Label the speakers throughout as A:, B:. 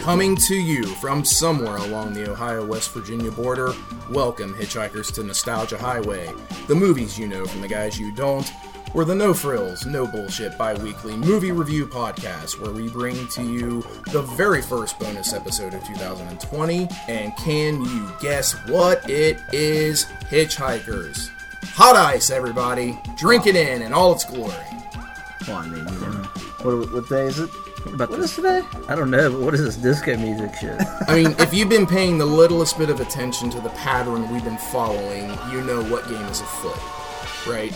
A: Coming to you from somewhere along the Ohio West Virginia border, welcome hitchhikers to Nostalgia Highway, the movies you know from the guys you don't. We're the No Frills, No Bullshit bi weekly movie review podcast where we bring to you the very first bonus episode of 2020. And can you guess what it is? Hitchhikers. Hot ice, everybody. Drink it in in all its glory.
B: Well, I mean, you know,
C: What, what day is it?
B: what about
C: What
B: this?
C: is today?
B: I don't know, but what is this disco music shit?
A: I mean, if you've been paying the littlest bit of attention to the pattern we've been following, you know what game is afoot, right?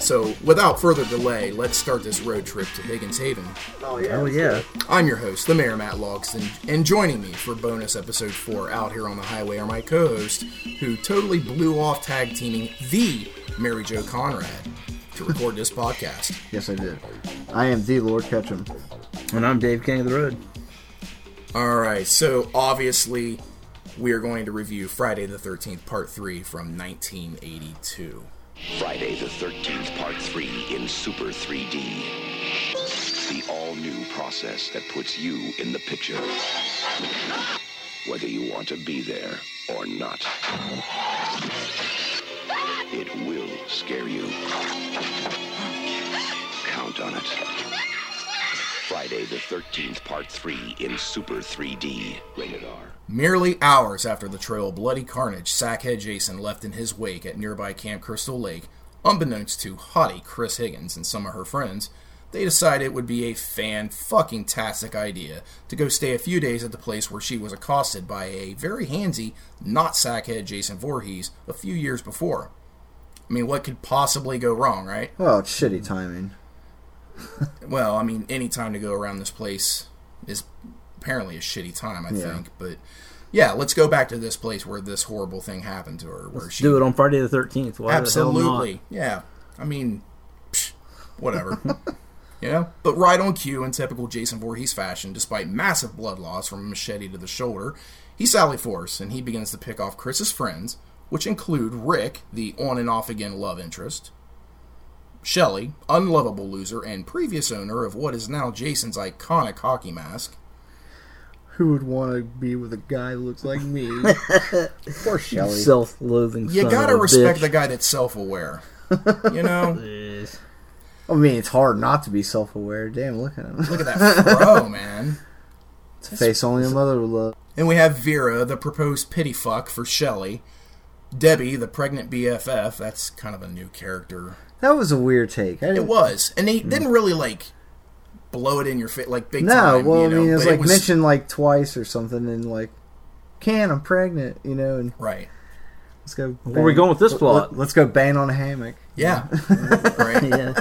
A: So, without further delay, let's start this road trip to Higgins Haven.
C: Oh yeah.
B: oh yeah,
A: I'm your host, the Mayor Matt Logston, and joining me for bonus episode 4 out here on the highway are my co host, who totally blew off tag teaming the Mary Jo Conrad to record this podcast.
C: Yes, I did. I am the Lord Ketchum.
B: and I'm Dave King of the Road.
A: All right, so obviously, we are going to review Friday the 13th, part 3 from 1982.
D: Friday the 13th, Part 3 in Super 3D. The all new process that puts you in the picture. Whether you want to be there or not, it will scare you. Count on it. Friday the 13th, Part 3 in Super 3D. Rated R.
A: Merely hours after the trail of bloody carnage Sackhead Jason left in his wake at nearby Camp Crystal Lake, unbeknownst to hottie Chris Higgins and some of her friends, they decided it would be a fan fucking tastic idea to go stay a few days at the place where she was accosted by a very handsy, not Sackhead Jason Voorhees a few years before. I mean, what could possibly go wrong, right?
C: Well, Oh, it's shitty timing.
A: Well, I mean, any time to go around this place is apparently a shitty time, I
C: Yeah.
A: think. But yeah, let's go back to this place where this horrible thing happened to her. Where she
B: Do it on Friday the 13th. Why
A: absolutely, yeah. I mean, psh, whatever. you know, but right on cue in typical Jason Voorhees fashion, despite massive blood loss from a machete to the shoulder, he sally forths and he begins to pick off Chris's friends, which include Rick, the on and off again love interest. Shelly, unlovable loser and previous owner of what is now Jason's iconic hockey mask.
C: Who would want to be with a guy who looks like me? Poor Shelly.
B: Self-loathing.
A: You
B: son
A: gotta
B: of a
A: respect
B: bitch.
A: the guy that's self aware. You know?
B: Yes.
C: I mean, it's hard not to be self-aware. Damn, look at him.
A: Look at that fro, man.
C: It's a face only a mother would love.
A: And we have Vera, the proposed pity fuck for Shelley. Debbie, the pregnant BFF. That's kind of a new character.
C: That was a weird take. I
A: It
C: didn't,
A: was, and they didn't really like blow it in your face like big
C: Hmm. no,
A: time.
C: well,
A: you know,
C: I mean, it was
A: but
C: like mentioned like twice or something, and like, can I'm pregnant, you know, and
A: right.
C: let's go.
B: are we going with this
C: let-
B: plot?
C: Let, us go bang on a hammock.
A: Yeah. right.
B: Yeah.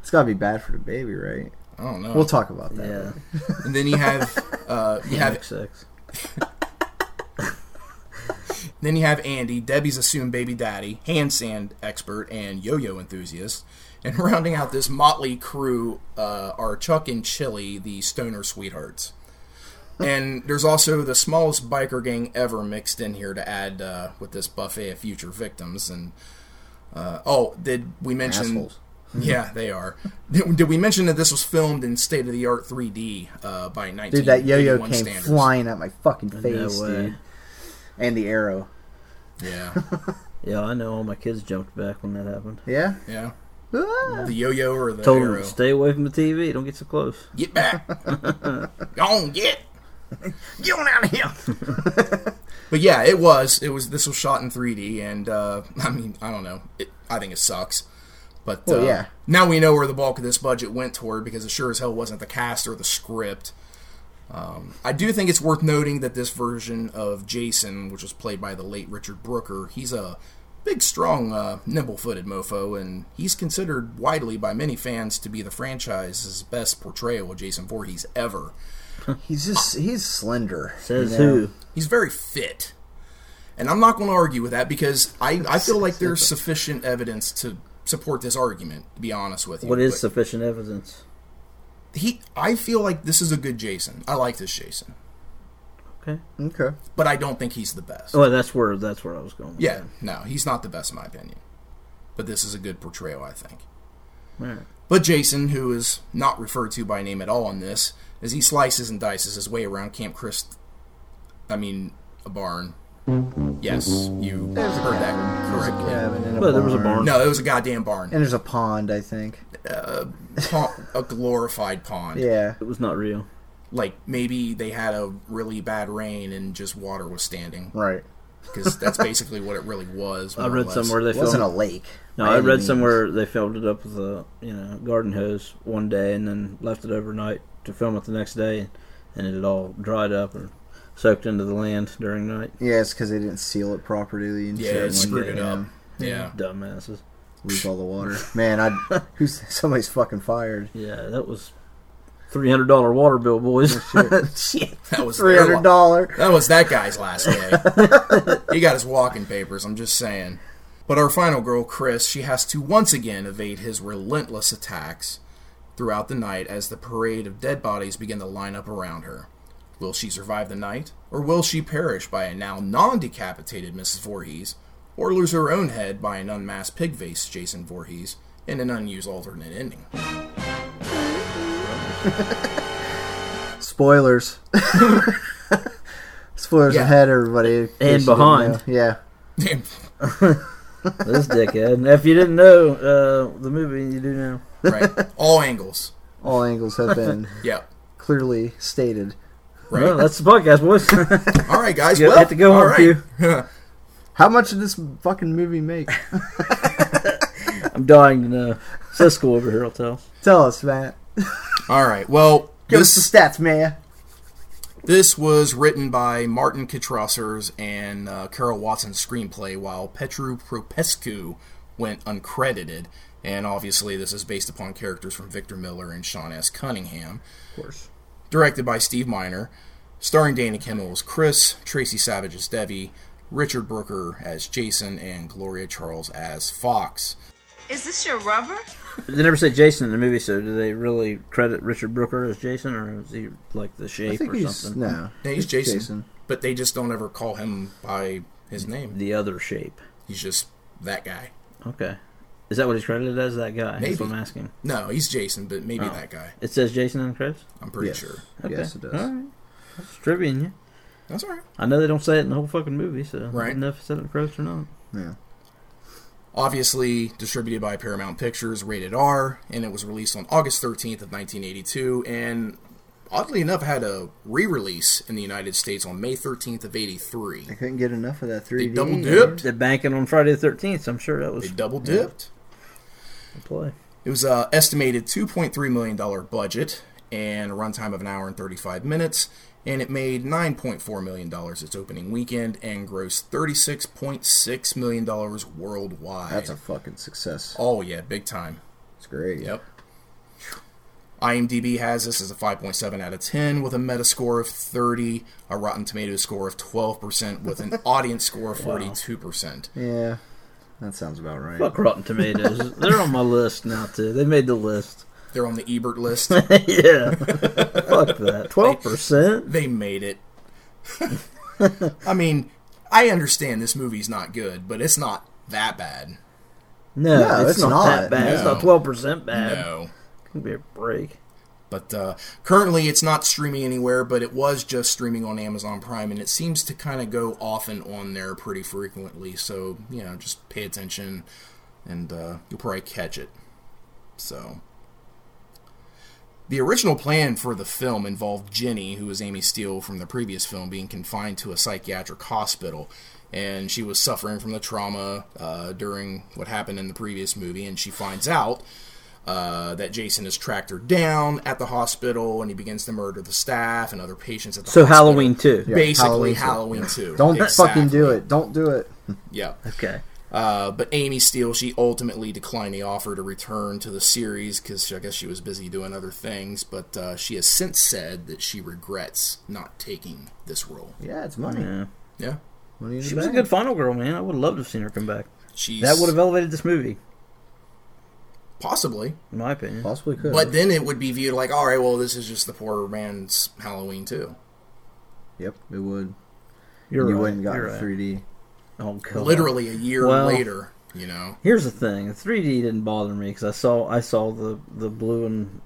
C: It's gotta be bad for the baby, right?
A: I don't know.
C: We'll talk about that.
B: Yeah.
A: and then you have uh, you have
B: Hammock sex.
A: Then you have Andy, Debbie's assumed baby daddy, hand sand expert, and yo yo enthusiast. And rounding out this motley crew uh, are Chuck and Chili, the stoner sweethearts. And there's also the smallest biker gang ever mixed in here to add uh, with this buffet of future victims. And uh, oh, did we mention?
C: Assholes.
A: Yeah, they are. Did, did we mention that this was filmed in state of the art 3D uh, by 1981
C: Dude, that yo-yo came
A: standards?
C: flying at my fucking face,
B: way.
C: dude. And the arrow.
A: Yeah,
B: Yeah, I know all my kids jumped back when that happened.
C: Yeah?
A: yeah.
C: Ah.
A: The yo-yo or the
B: Told
A: arrow?
B: them stay away from the TV. Don't get so close.
A: Get back. Go on, get. Get on out of here. but yeah, it was. It was. This was shot in 3D, and uh, I mean, I don't know. It, I think it sucks. But
C: Well,
A: uh,
C: yeah.
A: now we know where the bulk of this budget went toward because it sure as hell wasn't the cast or the script. Um, I do think it's worth noting that this version of Jason, which was played by the late Richard Brooker, he's a big, strong, uh, nimble-footed mofo, and he's considered widely by many fans to be the franchise's best portrayal of Jason Voorhees ever.
C: He's just, he's slender.
B: Says
C: you know?
B: who?
A: He's very fit. And I'm not going to argue with that because I, I feel like there's sufficient evidence to support this argument, to be honest with you.
B: What is
A: But
B: sufficient evidence?
A: he I feel like this is a good Jason. I like this Jason.
B: Okay.
C: Okay.
A: But I don't think he's the best.
B: Oh, that's where that's where I was going. with
A: Yeah,
B: that.
A: no, he's not the best in my opinion. But this is a good portrayal, I think.
B: All right.
A: But Jason, who is not referred to by name at all in this, as he slices and dices his way around Camp Chris. I mean, a barn. Yes, you heard that correctly.
C: Cabin and a
B: Well, there was a barn.
A: No, it was a goddamn barn.
C: And there's a pond, I think.
A: Pond- a glorified pond.
C: Yeah.
B: It was not real.
A: Like maybe they had a really bad rain and just water was standing
C: Right.
A: because that's basically what it really was.
B: I
A: more or
B: read
A: less.
B: somewhere they
C: It wasn't a
B: filmed.
C: lake.
B: No,
C: by
B: I
C: any
B: read
C: means.
B: somewhere they filled it up with a you know garden hose one day and then left it overnight to film it the next day, and it all dried up and soaked into the land during night.
C: Yeah, it's because they didn't seal it properly and
A: Yeah,
C: shit.
A: it screwed
C: yeah,
A: it up.
B: um,
A: Yeah.
B: Dumbasses.
C: Lose all the water. Man, I who's somebody's fucking fired.
B: Yeah, that was three hundred dollar water bill, boys. Shit.
A: That was
C: Three
A: their
C: hundred
A: lo-
C: dollar.
A: That was that guy's last day. he got his walking papers, I'm just saying. But our final girl, Chris, she has to once again evade his relentless attacks throughout the night as the parade of dead bodies begin to line up around her. Will she survive the night, or will she perish by a now non decapitated Mrs. Voorhees, or lose her own head by an unmasked pig face Jason Voorhees in an unused alternate ending?
C: Spoilers. Spoilers
A: Yeah.
C: ahead, everybody. in case you didn't
B: behind.
C: know. Yeah.
A: Damn.
B: this dickhead. And if you didn't know uh, the movie, you do now.
A: Right. All angles.
C: All angles have been
A: Yeah.
C: clearly stated.
A: Right.
B: Well, that's the podcast, boys.
A: All right, guys.
B: You
A: well,
B: have to go
A: all
B: home,
A: right.
B: Pew.
C: How much did this fucking movie make?
B: I'm dying to know. Cisco over here will tell. us.
C: Tell us, Matt.
A: All right. Well,
C: Give
A: this
C: us the stats, man.
A: This was written by Martin Kitrosser's and uh, Carol Watson's screenplay, while Petru Propescu went uncredited. And obviously, this is based upon characters from Victor Miller and Sean S. Cunningham.
B: Of course.
A: Directed by Steve Miner, starring Dana Kimmel as Chris, Tracy Savage as Debbie, Richard Brooker as Jason, and Gloria Charles as Fox.
E: Is this your rubber?
B: They never say Jason in the movie, so do they really credit Richard Brooker as Jason, or is he like the
C: I
B: shape
C: think
B: or
C: he's
B: something?
C: no.
A: Now, he's
C: It's
A: Jason, but they just don't ever call him by his name.
B: The other shape.
A: He's just that guy.
B: Okay. Is that what he's credited as? That guy? That's
A: Maybe.
B: what I'm asking.
A: No, he's Jason, but maybe that guy.
B: It says Jason and Chris?
A: I'm pretty
C: Yes.
A: sure.
B: Okay.
C: Yes, it does.
B: All right. That's trivia, yeah.
A: That's all right.
B: I know they don't say it in the whole fucking movie, so I
A: Right.
B: don't know if it said it in Chris or not.
C: Yeah.
A: obviously distributed by Paramount Pictures, rated R, and it was released on August 13th of 1982 and oddly enough had a re-release in the United States on May 13th of 83.
C: I couldn't get enough of that 3D.
A: They double
C: man.
A: dipped.
B: They're banking on Friday the 13th, so I'm sure that
A: They
B: was
A: double dipped.
B: a play.
A: It was a estimated 2.3 million dollar budget and a runtime of an hour and 35 minutes and it made 9.4 million dollars its opening weekend and grossed 36.6 million dollars worldwide.
C: That's a fucking success.
A: Oh yeah, big time.
C: It's great.
A: Yep. IMDb has this as a 5.7 out of 10 with a Metascore of 30, a Rotten Tomatoes score of 12%, with an audience score of 42%.
C: Yeah. That sounds about right.
B: Fuck Rotten Tomatoes. They're on my list now, too. They made the list.
A: They're on the Ebert list.
B: yeah. Fuck that. 12%?
A: they made it. I mean, I understand this movie's not good, but it's not that bad.
B: No,
C: No,
B: it's,
C: it's
B: not, that
C: not.
B: bad. It's
A: No.
B: not 12% bad.
A: No.
B: Give me a break.
A: But uh, currently, it's not streaming anywhere, but it was just streaming on Amazon Prime, and it seems to kind of go off and on there pretty frequently. So, you know, just pay attention and uh, you'll probably catch it. So. The original plan for the film involved Jenny, who was Amy Steele from the previous film, being confined to a psychiatric hospital. And she was suffering from the trauma uh, during what happened in the previous movie, and she finds out uh, that Jason has tracked her down at the hospital, and he begins to murder the staff and other patients at the
B: So
A: hospital.
B: Halloween too.
A: Basically,
C: Halloween two.
A: Halloween 2.
C: Don't
A: Exactly.
C: fucking do it. Don't do it.
A: Yeah.
B: Okay.
A: Uh, but Amy Steele, she ultimately declined the offer to return to the series because I guess she was busy doing other things. But uh, she has since said that she regrets not taking this role.
C: Yeah, it's money.
B: Yeah.
A: Yeah,
C: Money in
B: She
C: the
B: was a
C: bank.
B: good final girl, man. I would have loved to have seen her come back.
A: she's
B: That would have elevated this movie,
A: possibly.
B: in my opinion.
E: Oh,
C: Possibly could.
A: But then it would be viewed like, all right, well, this is just the poor man's Halloween too.
C: yep, it would.
B: You're
C: you
B: right.
C: wouldn't got
B: You're right.
C: 3D.
B: Oh, God.
A: Literally a year
B: Well-
A: later. You know,
B: Here's the thing: the 3D didn't bother me because I saw I saw the the blue and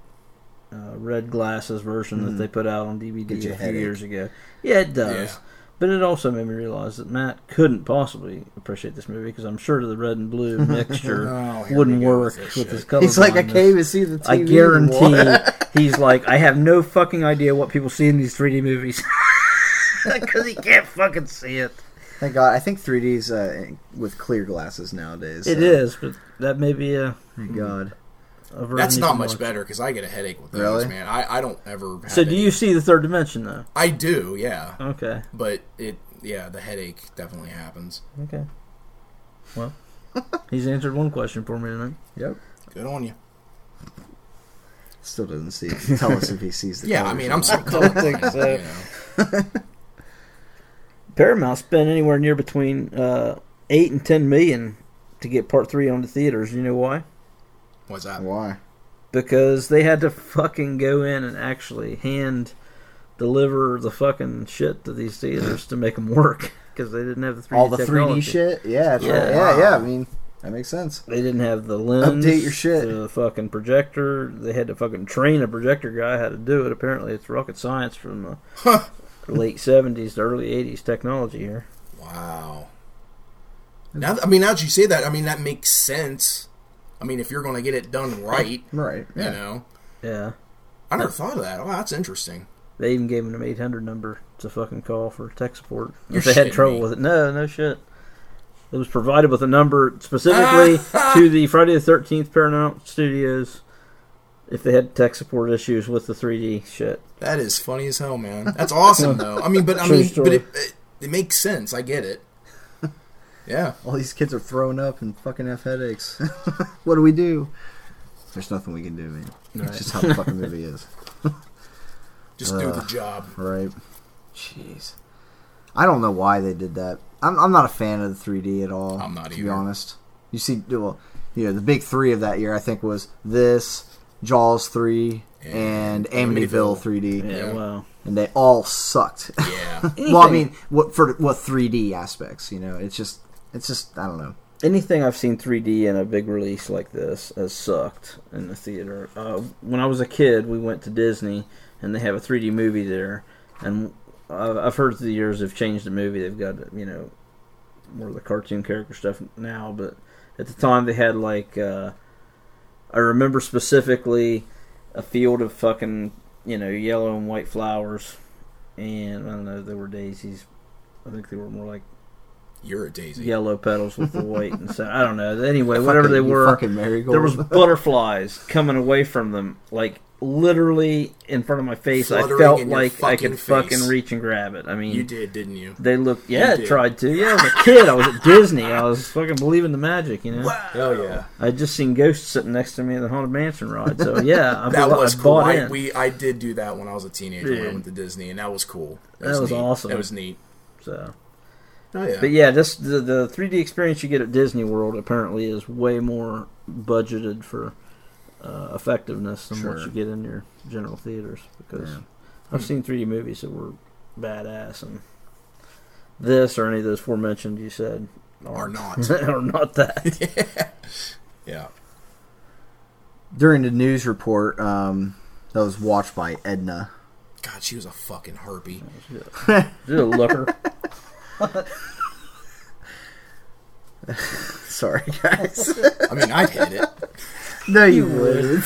B: uh, red glasses version that they put out on DVD a
E: Get Hmm. you
B: few
E: a headache.
B: years ago. Yeah, it does.
A: Yeah.
B: But it also made me realize that Matt couldn't possibly appreciate this movie because I'm sure the red and blue mixture
A: Oh, here
B: wouldn't
A: we go with
B: work
A: this
B: with
A: shit.
B: his color.
E: He's like, I can't even see the TV.
B: I guarantee
E: anymore."
B: he's like, I have no fucking idea what people see in these 3D movies because he can't fucking see it.
E: Thank God. I think 3D's uh, with clear glasses nowadays.
B: It
E: so-
B: is, Mm-hmm. but that may be a,
E: Thank God.
B: a version
A: that's
B: you
A: not
B: can
A: much
B: watch.
A: better because I get a headache with those,
E: Really?
A: man. I, I don't ever. Have
B: So do
A: any-
B: you see the third dimension though?
A: I do, yeah.
B: Okay.
A: But it, yeah, the headache definitely happens.
B: Okay. Well, he's answered one question for me tonight.
E: Yep.
A: Good on you.
E: Still doesn't see. It. Tell us if he sees the.
A: Yeah, I
E: colors
A: mean,
E: or
A: I'm
E: not.
A: so colorblind.
B: think so.
A: You know?
B: Paramount spent anywhere near between uh, eight and ten million to get Part Three onto theaters. You know why?
A: What's that?
E: Why?
B: Because they had to fucking go in and actually hand deliver the fucking shit to these theaters to make them work because they didn't have the 3D
E: All the 3D
B: technology.
E: shit. Yeah. that's right.
B: Yeah.
E: Yeah. Yeah. I mean, that makes sense.
B: They didn't have the lens.
E: Update your shit.
B: The fucking projector. They had to fucking train a projector guy how to do it. Apparently, it's rocket science from the late seventies to early eighties technology here.
A: Wow. Now, I mean, now that you say that, I mean that makes sense. I mean, if you're going to get it done right,
E: Right.
A: you
E: Yeah.
A: know,
B: Yeah,
A: I never thought of that. Oh, that's interesting.
B: they even gave him an eight hundred number to fucking call for tech support
A: You're
B: if they had
A: shitting
B: trouble
A: me.
B: with it. No, no shit. It was provided with a number specifically to the Friday the Thirteenth Paramount Studios if they had tech support issues with the 3D shit.
A: That is funny as hell, man. That's awesome, though. I mean, but I
B: True
A: mean, but
B: story.
A: it, it, it makes sense. I get it. Yeah,
E: All these kids are throwing up and fucking have headaches. what do we do? There's nothing we can do, man. That's just how the fucking movie is.
A: just do the job.
E: Right. Jeez. I don't know why they did that. I'm, I'm not a fan of the 3D at all.
A: I'm not
E: to be
A: either.
E: honest. You see, well, you know, the big three of that year, I think, was this, Jaws 3,
A: And
E: and, Amityville
A: Amityville.
E: 3D,
B: Yeah,
A: Yeah.
B: wow.
E: and they all sucked.
A: Yeah,
E: well, I mean, what for what 3D aspects? You know, it's just, it's just, I don't know.
B: anything I've seen 3D in a big release like this has sucked in the theater. Uh, when I was a kid, we went to Disney, and they have a 3D movie there. And I've I've heard through the years they've changed the movie. They've got you know more of the cartoon character stuff now, but at the time they had like uh, I remember specifically a field of fucking you know yellow and white flowers, and I don't know they were daisies. I think they were more like
A: you're a daisy.
B: yellow petals with the white and so I don't know. Anyway, whatever they were,
E: fucking marigold.
B: there was butterflies coming away from them, like literally in front of my face. I
A: Fluttering
B: felt
A: in your
B: like I
A: fucking
B: could
A: face.
B: fucking reach and grab it. I mean,
A: You did, didn't you?
B: they looked. Yeah, I
A: did.
B: tried to. Yeah, I was a kid. I was at Disney. I was fucking believing the magic. You know,
A: Hell yeah,
B: I had just seen ghosts sitting next to me in the haunted mansion ride. So yeah, I,
A: that
B: bought- I
A: was cool.
B: bought
A: I,
B: in.
A: we I did do that when I was a teenager when I
B: Dude.
A: went to Disney, and that was cool.
B: That was
A: neat.
B: awesome.
A: That was neat.
B: so.
A: Oh yeah,
B: But yeah, this the the 3D experience you get at Disney World apparently is way more budgeted for uh, effectiveness than what
E: Sure.
B: you get in your general theaters. Because
E: Yeah.
B: I've seen 3D movies that were badass, and this or any of those aforementioned you said
A: or
B: aren't-
A: not.
B: are not that.
A: Yeah.
E: during the news report um, that was watched by Edna.
A: God, she was a fucking harpy.
B: Just a looker.
E: Sorry, guys.
A: I mean, I'd hit it.
E: no, you wouldn't.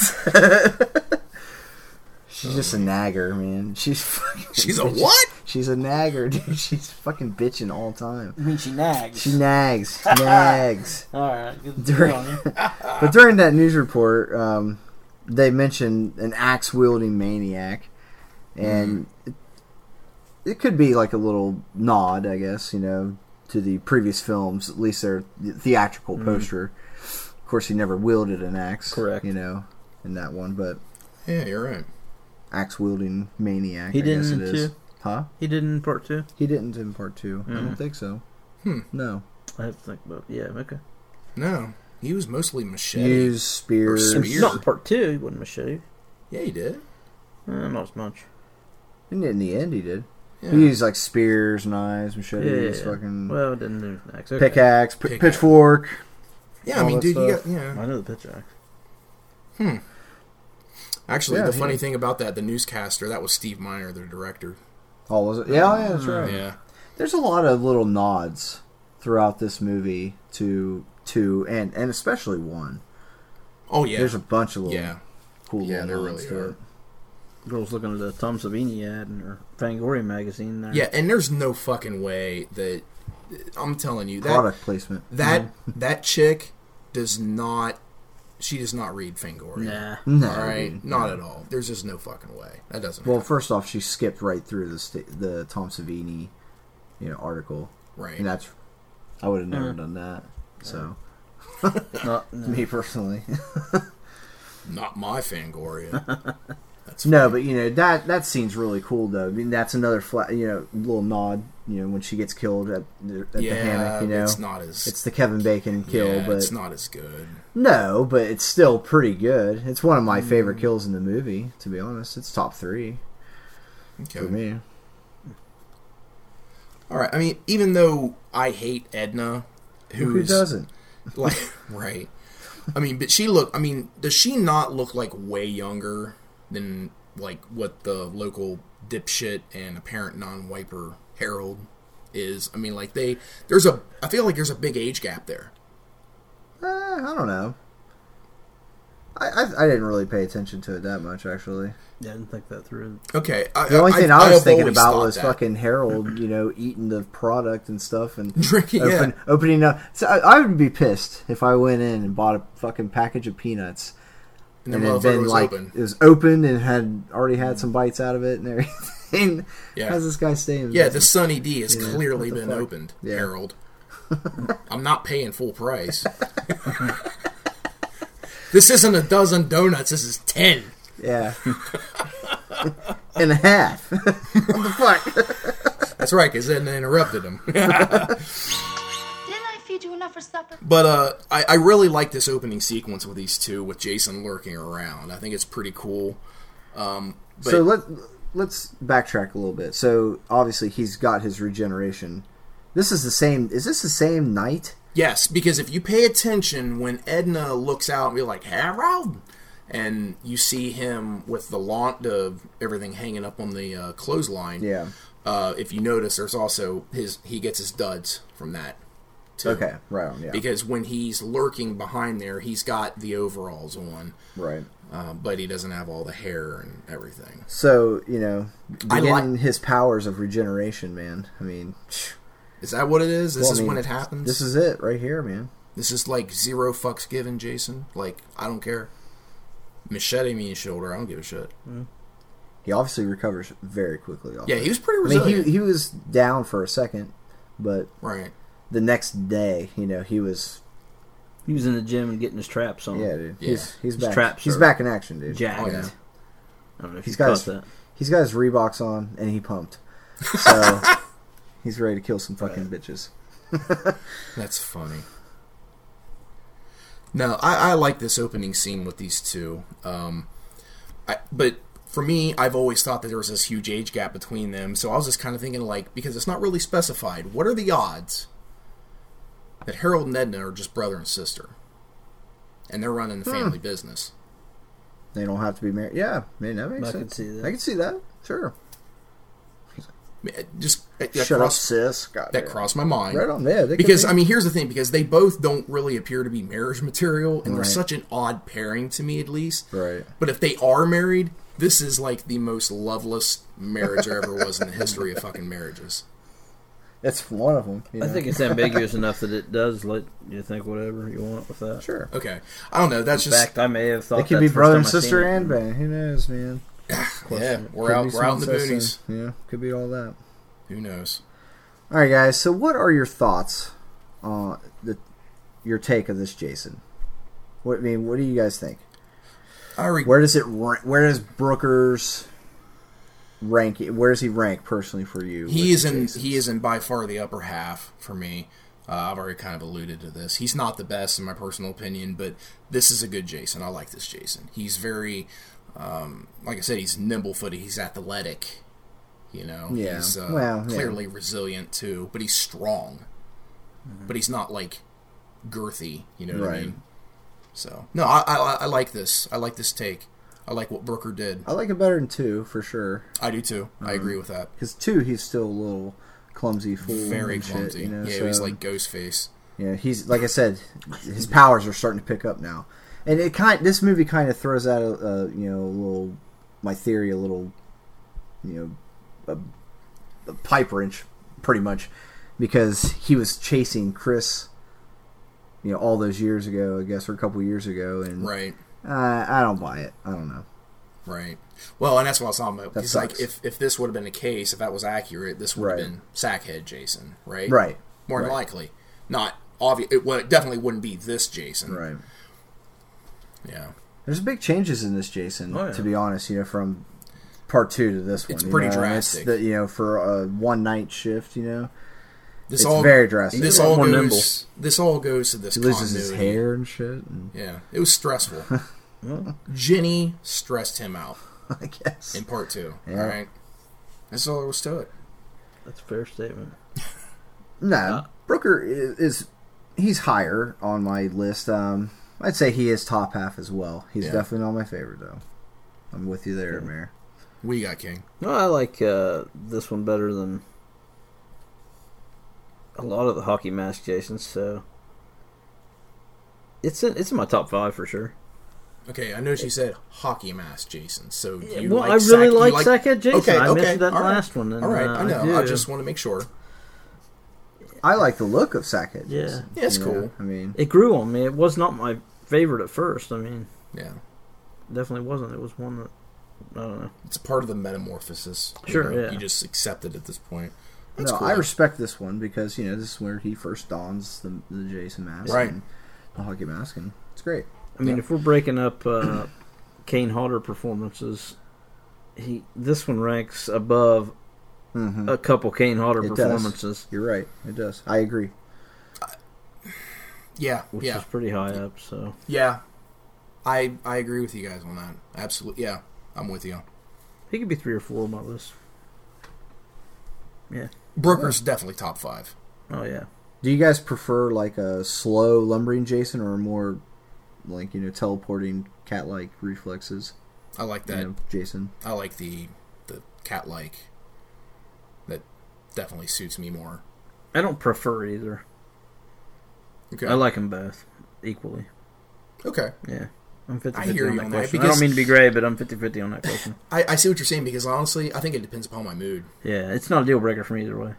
E: She's just a nagger, man. She's fucking.
A: She's a what?
E: She's a nagger, dude. She's fucking bitching all the time.
B: I mean, she nags.
E: She nags, nags.
B: All right, good
E: During- on But during that news report, um, they mentioned an axe wielding maniac, and
B: Mm-hmm.
E: it, it could be like a little nod, I guess, you know, to the previous films, at least their theatrical poster. Of course, he never wielded an axe,
B: Mm-hmm. Correct.
E: You know, in that one, but
A: Yeah, you're right.
E: axe wielding maniac.
B: He
E: I guess
B: didn't
E: it is.
B: too?
E: Huh?
B: He did in part two.
E: He didn't in part two. I
B: Mm.
E: don't think so.
A: Hmm.
E: No.
B: I have to think about. Yeah, okay.
A: No, he was mostly machete.
E: Use spears.
A: Or spear.
B: Not in part two. He wouldn't machete.
A: Yeah, he did.
B: Eh, not as much.
E: And in the end, he did.
A: Yeah.
E: He used like spears, knives, machetes,
B: Yeah, yeah, yeah.
E: fucking
B: Well, it didn't do next. Okay.
E: pickaxe, p-
A: Pickaxe.
E: pitchfork,
A: Yeah, I
C: all
A: mean,
C: that
A: dude, you
C: stuff.
A: got, yeah.
B: I know the pitch axe.
A: Actually,
C: Yeah,
A: the
C: he-
A: funny thing about that, the newscaster, that was Steve Miner, the director.
E: Oh, was it? Yeah, yeah, that's right.
A: Yeah.
E: There's a lot of little nods throughout this movie to two and and especially one.
A: Oh yeah.
E: There's a bunch of little
A: yeah.
E: cool
A: Yeah,
E: little
A: there
E: nods
A: really
E: to
A: are.
E: it.
B: Girls looking at the Tom Savini ad in her Fangoria magazine. There.
A: Yeah, and there's no fucking way that I'm telling you that
E: Product placement.
A: that that chick does not she does not read Fangoria.
B: Nah.
E: No,
A: All right,
E: dude.
A: not at all. There's just no fucking way. That doesn't.
E: Well,
A: Well,
E: first off, she skipped right through the sta- the Tom Savini, you know, article,
A: right.
E: and that's I would have never done that. So
B: Not, no.
E: me personally,
A: Not my Fangoria. That's
E: no,
A: fine.
E: but you know that that scene's really cool though. I mean, that's another flat, you know, little nod, you know, when she gets killed at the, at
A: yeah,
E: the hammock. You know,
A: it's not as
E: It's the Kevin Bacon kill,
A: yeah,
E: but
A: it's not as good.
E: no, but it's still pretty good. It's one of my
A: Hmm.
E: favorite kills in the movie, to be honest. It's top three
A: Okay.
E: for me.
A: All right. I mean, even though I hate Edna, who's
E: Who doesn't?
A: like right i mean but she look i mean does she not look like way younger than like what the local dipshit and apparent non-wiper herald is i mean like they there's a i feel like there's a big age gap there
E: Eh, I don't know. I, I I didn't really pay attention to it that much actually.
B: Yeah, I didn't think that through.
A: okay I,
E: The only thing I,
A: have
E: was thinking
A: always
E: about
A: thought
E: was
A: that.
E: fucking Harold, you know, eating the product and stuff and
A: Drinking, yeah.
E: open, opening up. So I, I would be pissed if I went in and bought a fucking package of peanuts
A: and the
E: and it had
A: motherfucker
E: been
A: was
E: like
A: open
E: it was open and had already had some bites out of it and everything.
A: Yeah.
E: How's this guy staying?
A: yeah the sunny d has
E: Yeah,
A: clearly
E: what the
A: been
E: fuck?
A: opened
E: Yeah.
A: herald i'm not paying full price this isn't a dozen donuts this is ten
E: yeah. and a half. what the fuck?
A: that's right because then they interrupted him
F: Didn't I feed you enough for supper?
A: But uh, I, I really like this opening sequence with these two, with Jason lurking around. I think it's pretty cool. But-
E: so let let's backtrack a little bit. So obviously he's got his regeneration. This is the same. Is this the same night?
A: Yes, because if you pay attention when Edna looks out and be like Harold, and you see him with the lawn, the everything hanging up on the uh, clothesline.
E: Yeah.
A: Uh, if you notice, there's also his he gets his duds from that. Too.
E: Okay. Right. on, Yeah.
A: Because when he's lurking behind there, he's got the overalls on,
E: right.
A: uh, but he doesn't have all the hair and everything.
E: So you know,
A: I
E: beginning
A: like-
E: his powers of regeneration, man. I mean, phew.
A: Is that what it is? This
E: Well, I
A: is
E: mean,
A: when it happens.
E: This is it right here, man.
A: This is like zero fucks given, Jason. Like, I don't care. Machete me in his shoulder. I don't give a shit.
E: He obviously recovers very quickly. Off
A: Yeah,
E: it.
A: he was pretty
E: I mean,
A: resilient.
E: he he was down for a second, but
A: right.
E: the next day, you know, he was
B: He was in the gym and getting his traps on.
E: yeah, dude.
A: Yeah.
E: He's he's
B: His
E: back.
B: traps
E: he's
B: are
E: back in action, dude.
B: Jacked.
A: Oh, yeah.
B: I don't know if
E: He's
B: he's
E: got
B: caught
E: his,
B: that.
E: he's got his Reeboks on and he pumped, so he's ready to kill some fucking bitches.
A: That's funny. No, I, I like this opening scene with these two. Um, I, but for me, I've always thought that there was this huge age gap between them. So I was just kind of thinking, like, because it's not really specified, what are the odds that Harold and Edna are just brother and sister? And they're running the
E: Hmm.
A: family business.
E: They don't have to be married. Yeah, man, that makes
B: I
E: sense.
B: could see that.
E: I can see that. Sure.
A: I mean, it Just that
E: Shut
A: cross-
E: up, sis. God
A: that
E: damn.
A: crossed my mind.
E: Right on. Yeah, they could
A: because
E: be.
A: I mean, here's the thing: because they both don't really appear to be marriage material, and they're
E: Right.
A: such an odd pairing to me, at least.
E: Right.
A: But if they are married, this is like the most loveless marriage there ever was in the history of fucking marriages.
E: that's one of them.
B: I think it's ambiguous enough that it does let you think whatever you want with that.
E: sure.
A: Okay, I don't know. That's
B: In
A: just
B: fact, I may have thought
E: They could
B: that
E: be
B: the first
E: brother and
B: time I
E: sister
B: seen it.
E: and band. Who knows, man?
A: yeah, we're
E: Could
A: out.
E: be
A: We're out in the
E: someone
A: boonies.
E: says so. Yeah, could be all that.
A: Who knows?
E: All right, guys. So, what are your thoughts on the your take of this, Jason? What I mean, what do you guys think?
A: I re-
E: Where does it? ra- Where does Brooker's rank? Where does he rank personally for you?
A: he is
E: versus
A: in
E: Jason's?
A: he is in by far the upper half for me. Uh, I've already kind of alluded to this. He's not the best in my personal opinion, but this is a good Jason. I like this Jason. He's very, um, like I said, he's nimble footed. He's athletic. You know,
E: Yeah.
A: he's uh,
E: Well, yeah.
A: clearly resilient too, but he's strong. But he's not like girthy. You know what I
E: Mm-hmm. Right.
A: mean? So no, I, I I like this. I like this take. I like what Brooker did.
E: I like it better than two for sure.
A: I do too.
E: Mm-hmm.
A: I agree with that.
E: Because two, he's still a little clumsy fool.
A: Very
E: and shit,
A: clumsy.
E: you know,
A: yeah, he's
E: so-
A: like Ghostface.
E: Yeah, he's like I said, his powers are starting to pick up now, and it kind this movie kind of throws out a, a you know a little my theory a little you know a, a pipe wrench pretty much because he was chasing Chris you know all those years ago I guess or a couple years ago and
A: Right.
E: uh, I don't buy it I don't know
A: Right. Well, and that's what I was talking about.
E: That
A: It's
E: sucks.
A: like if, if this would have been the case, if that was accurate, this would
E: Right.
A: have been Sackhead Jason, right?
E: right
A: More than likely, not obvious. It, well, it definitely wouldn't be this Jason.
E: right
A: Yeah.
E: there's big changes in this Jason
B: Oh, yeah.
E: to be honest you know from part two to this one
A: It's
E: you
A: pretty
E: know, and
A: drastic.
E: the, you know for a one night shift you know
A: This
E: It's very drastic.
A: This
E: Yeah,
A: all
B: more
A: goes.
B: nimble.
A: This all goes to this.
E: He loses his
A: continuity.
E: hair and shit. And,
A: Yeah, it was stressful. Jenny stressed him out
E: I guess.
A: in part two.
E: Yeah.
A: All right, that's all there was to it.
B: That's a fair statement.
E: no,
A: uh,
E: Brooker is, is he's higher on my list. Um, I'd say he is top half as well. He's
A: Yeah.
E: definitely not my favorite though. I'm with you there, Mayor.
A: We got King.
B: No, I like uh, this one better than a lot of the hockey mask Jasons. So it's in, it's in my top five for sure.
A: Okay, I know she said hockey mask Jason. So do you
B: well,
A: like
B: I really
A: Sack- you
B: like Sackhead Jason. I mentioned that
A: all right.
B: last one, and,
A: all right,
B: uh,
A: I
B: I
A: know. I,
B: do.
A: just want to make sure.
E: I like the look of Sackhead.
B: Yeah.
E: Jason,
A: Yeah, it's
E: you
A: cool.
E: know? I mean,
B: it grew on me. It was not my favorite at first. I mean,
A: Yeah,
B: definitely wasn't. It was one that I don't know.
A: it's part of the metamorphosis. you
B: Sure,
A: know?
B: yeah.
A: You just accept it at this point. That's
E: no,
A: cool.
E: I respect this one because you know this is where he first dons the, the Jason mask,
A: Right.
E: And the hockey mask, and it's great.
B: I mean,
A: Yeah.
B: if we're breaking up uh, Kane Hodder performances, he this one ranks above
E: Mhm.
A: Mm-hmm.
B: a couple Kane Hodder
E: It does.
B: performances,
E: You're right. It does. I agree.
A: yeah,
B: which
A: yeah,
B: is pretty high up. So
A: yeah. I I agree with you guys on that. Absolutely. Yeah, I'm with you.
B: he could be three or four on my list. Yeah.
A: Brooker's definitely top five.
B: Oh yeah.
E: Do you guys prefer like a slow lumbering Jason or more like you know teleporting cat like reflexes?
A: I like that.
E: You know, Jason.
A: I like the the cat like. That definitely suits me more.
B: I don't prefer either.
A: Okay.
B: I like them both equally.
A: Okay.
B: Yeah. I'm 50
A: I hear
B: 50 on
A: you
B: that
A: on that,
B: question. I
A: because-
B: don't mean to be gray, but I'm 50 50 on that question.
A: I, I see what you're saying because honestly, I think it depends upon my mood.
B: yeah, it's not a deal breaker for me either way.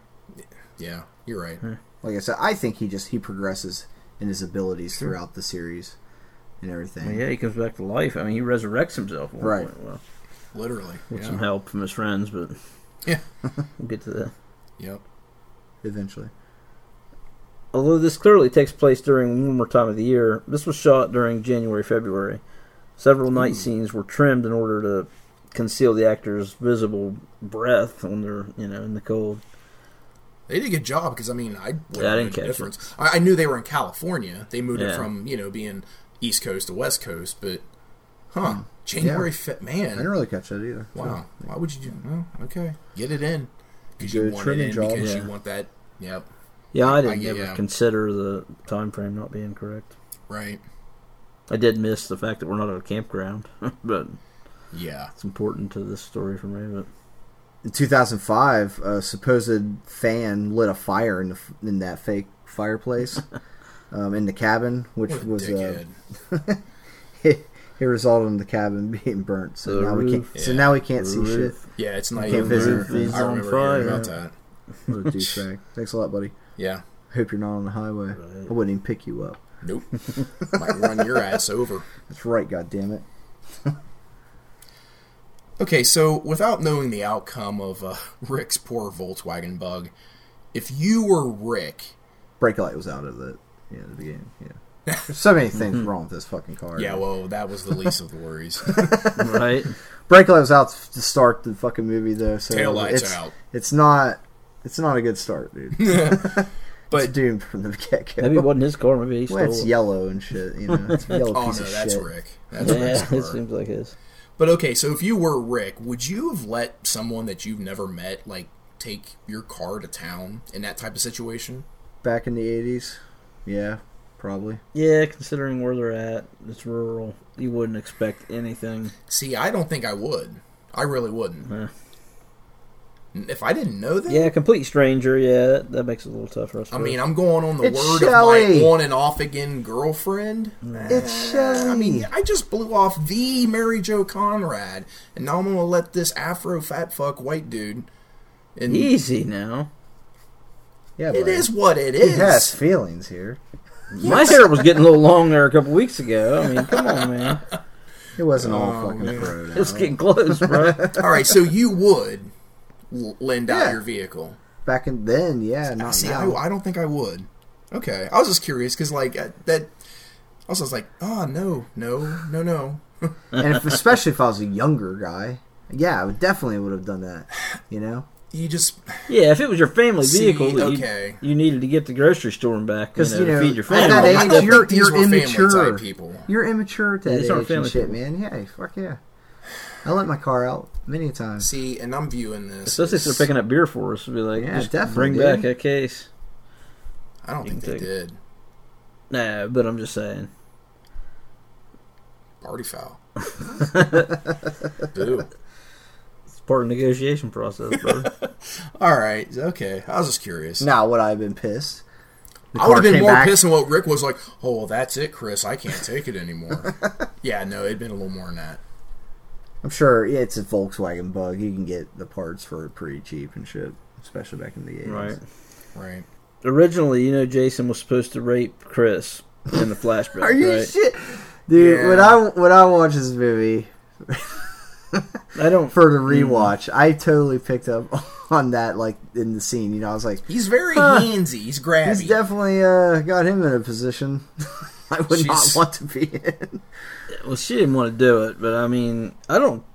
A: Yeah, you're right.
E: Like I said, I think he just he progresses in his abilities throughout the series and everything.
B: Well, yeah, he comes back to life. I mean, he resurrects himself. at one
E: Right.
B: point. Well,
A: Literally.
B: with
A: yeah.
B: some help from his friends, but
A: Yeah.
B: we'll get to that.
A: Yep.
E: Eventually.
B: Although this clearly takes place during warmer time of the year, this was shot during January, February. Several night
E: Hmm.
B: scenes were trimmed in order to conceal the actors' visible breath when they're, you know, in the cold.
A: They did a good job because I mean I wouldn't
B: I
A: know
B: didn't
A: the
B: catch it.
A: difference. I, I knew they were in California. They moved it
B: Yeah.
A: from you know being East Coast to West Coast, but huh? January fit
E: Hmm. I
A: man.
E: didn't really catch that either.
A: Wow. Why would you do? Well, okay, get it in because you
E: Good
A: want it
E: trimming
A: in
E: job,
A: because
B: yeah.
A: you want that. Yep.
B: Yeah, I didn't
A: get-
B: ever
A: yeah.
B: consider the time frame not being correct.
A: Right.
B: I did miss the fact that we're not at a campground, but
A: Yeah.
B: it's important to this story for me. But
E: In 2005, a supposed fan lit a fire in the f- in that fake fireplace um, in the cabin, which
A: What a
E: was uh,
A: dickhead.
E: it, resulted in the cabin being burnt. So
B: The
E: now we can't.
A: roof.
E: So now we can't see shit.
B: Roof.
A: Yeah, it's not
E: Can't
A: even.
E: visit
A: there.
E: these
A: I
B: on
A: remember
B: fire.
A: hearing about that.
E: What a douchebag. Thanks a lot, buddy.
A: Yeah.
E: Hope you're not on the highway. I wouldn't even pick you up.
A: Nope. Might run your ass over.
E: That's right, goddammit.
A: Okay, so without knowing the outcome of uh, Rick's poor Volkswagen bug, if you were Rick,
E: Brake light was out of it. Yeah, the beginning. Yeah. There's so many things wrong with this fucking car.
A: Mm-hmm. yeah, well, that was the least of the worries.
B: right?
E: brake light was out to start the fucking movie though. So
A: Taillights
E: it's,
A: out.
E: It's not. It's not a good start, dude. it's
A: But
E: doomed from the get go.
B: Maybe it wasn't his car. Maybe he stole
E: well, it's
B: it.
E: yellow and shit. You know, it's a yellow
A: oh no,
E: piece of
A: that's
E: shit.
A: Rick. That's Rick's
B: Yeah,
A: car.
B: it seems like his.
A: But okay, so if you were Rick, would you have let someone that you've never met like take your car to town in that type of situation?
E: Back in the '80s. Yeah, probably.
B: Yeah, considering where they're at, it's rural. You wouldn't expect anything.
A: See, I don't think I would. I really wouldn't.
B: Yeah.
A: If I didn't know that,
B: Yeah, complete stranger. Yeah, that, that makes it a little tougher.
A: I mean, I'm going on the
E: It's
A: word of
E: Shelley.
A: my on and off again girlfriend.
E: It's Shelley.
A: I mean, I just blew off the Mary Jo Conrad, and now I'm gonna let this Afro fat fuck white dude. And
B: easy now.
E: yeah,
A: it
E: but
A: is what it
E: He
A: is.
E: has feelings here.
B: My hair was getting a little long there a couple weeks ago. I mean, come on, man.
E: It wasn't all
A: Oh,
E: fucking
A: man.
E: pro.
B: It's getting close, bro.
A: All right, so you would l- lend out
E: Yeah. Ah,
A: your vehicle.
E: Back in then, yeah, not
A: See,
E: now.
A: I, I don't think I would. Okay, I was just curious because like uh, that. Also, I was like, oh no, no, no, no.
E: and if, especially if I was a younger guy, yeah, I would definitely would have done that. You know,
A: You just
B: Yeah, if it was your family
A: See,
B: vehicle that you-
A: okay.
B: you, needed to get the grocery store and back, you
E: 'Cause,
B: know,
E: you
B: to
E: know,
B: feed your
E: at that
B: family.
A: I
E: age,
A: don't
E: you're-
A: think these
E: you're
A: were family
E: immature.
A: type people.
E: you're immature at that
B: These
E: age
B: aren't
E: and
B: family
E: shit,
B: people.
E: man. Yeah, fuck yeah. I let my car out many times.
A: See, and I'm viewing this.
B: Especially if they're
A: as-
B: picking up beer for us, would be like,
E: Yeah,
B: just
E: definitely,
B: bring
E: dude.
B: back a case.
A: I don't
B: You
A: think
B: can
A: they
B: take
A: did.
B: Nah, but I'm just saying.
A: Party foul. Boo.
B: It's part of the negotiation process, bro.
A: All right. Okay. I was just curious.
E: Now would I have been pissed? The
A: I would have
E: car
A: been
E: came
A: more
E: back.
A: pissed than what Rick was like. Oh, well, that's it, Chris. I can't take it anymore. yeah, no, it'd been a little more than that.
E: I'm sure yeah, it's a Volkswagen Bug. You can get the parts for it pretty cheap and shit, especially back in the 80s.
B: right.
A: Right.
B: Originally, you know, Jason was supposed to rape Chris in the flashback.
E: Are you
B: right?
E: shit, dude?
A: Yeah.
E: When I when I watch this movie
B: I don't.
E: for the rewatch, I totally picked up on that like in the scene. You know, I was like,
A: He's very
E: Huh.
A: handsy. He's grabby.
E: he's definitely uh, got him in a position I would
A: Jeez.
E: not want to be in.
B: Well, she didn't want to do it, but I mean, I don't.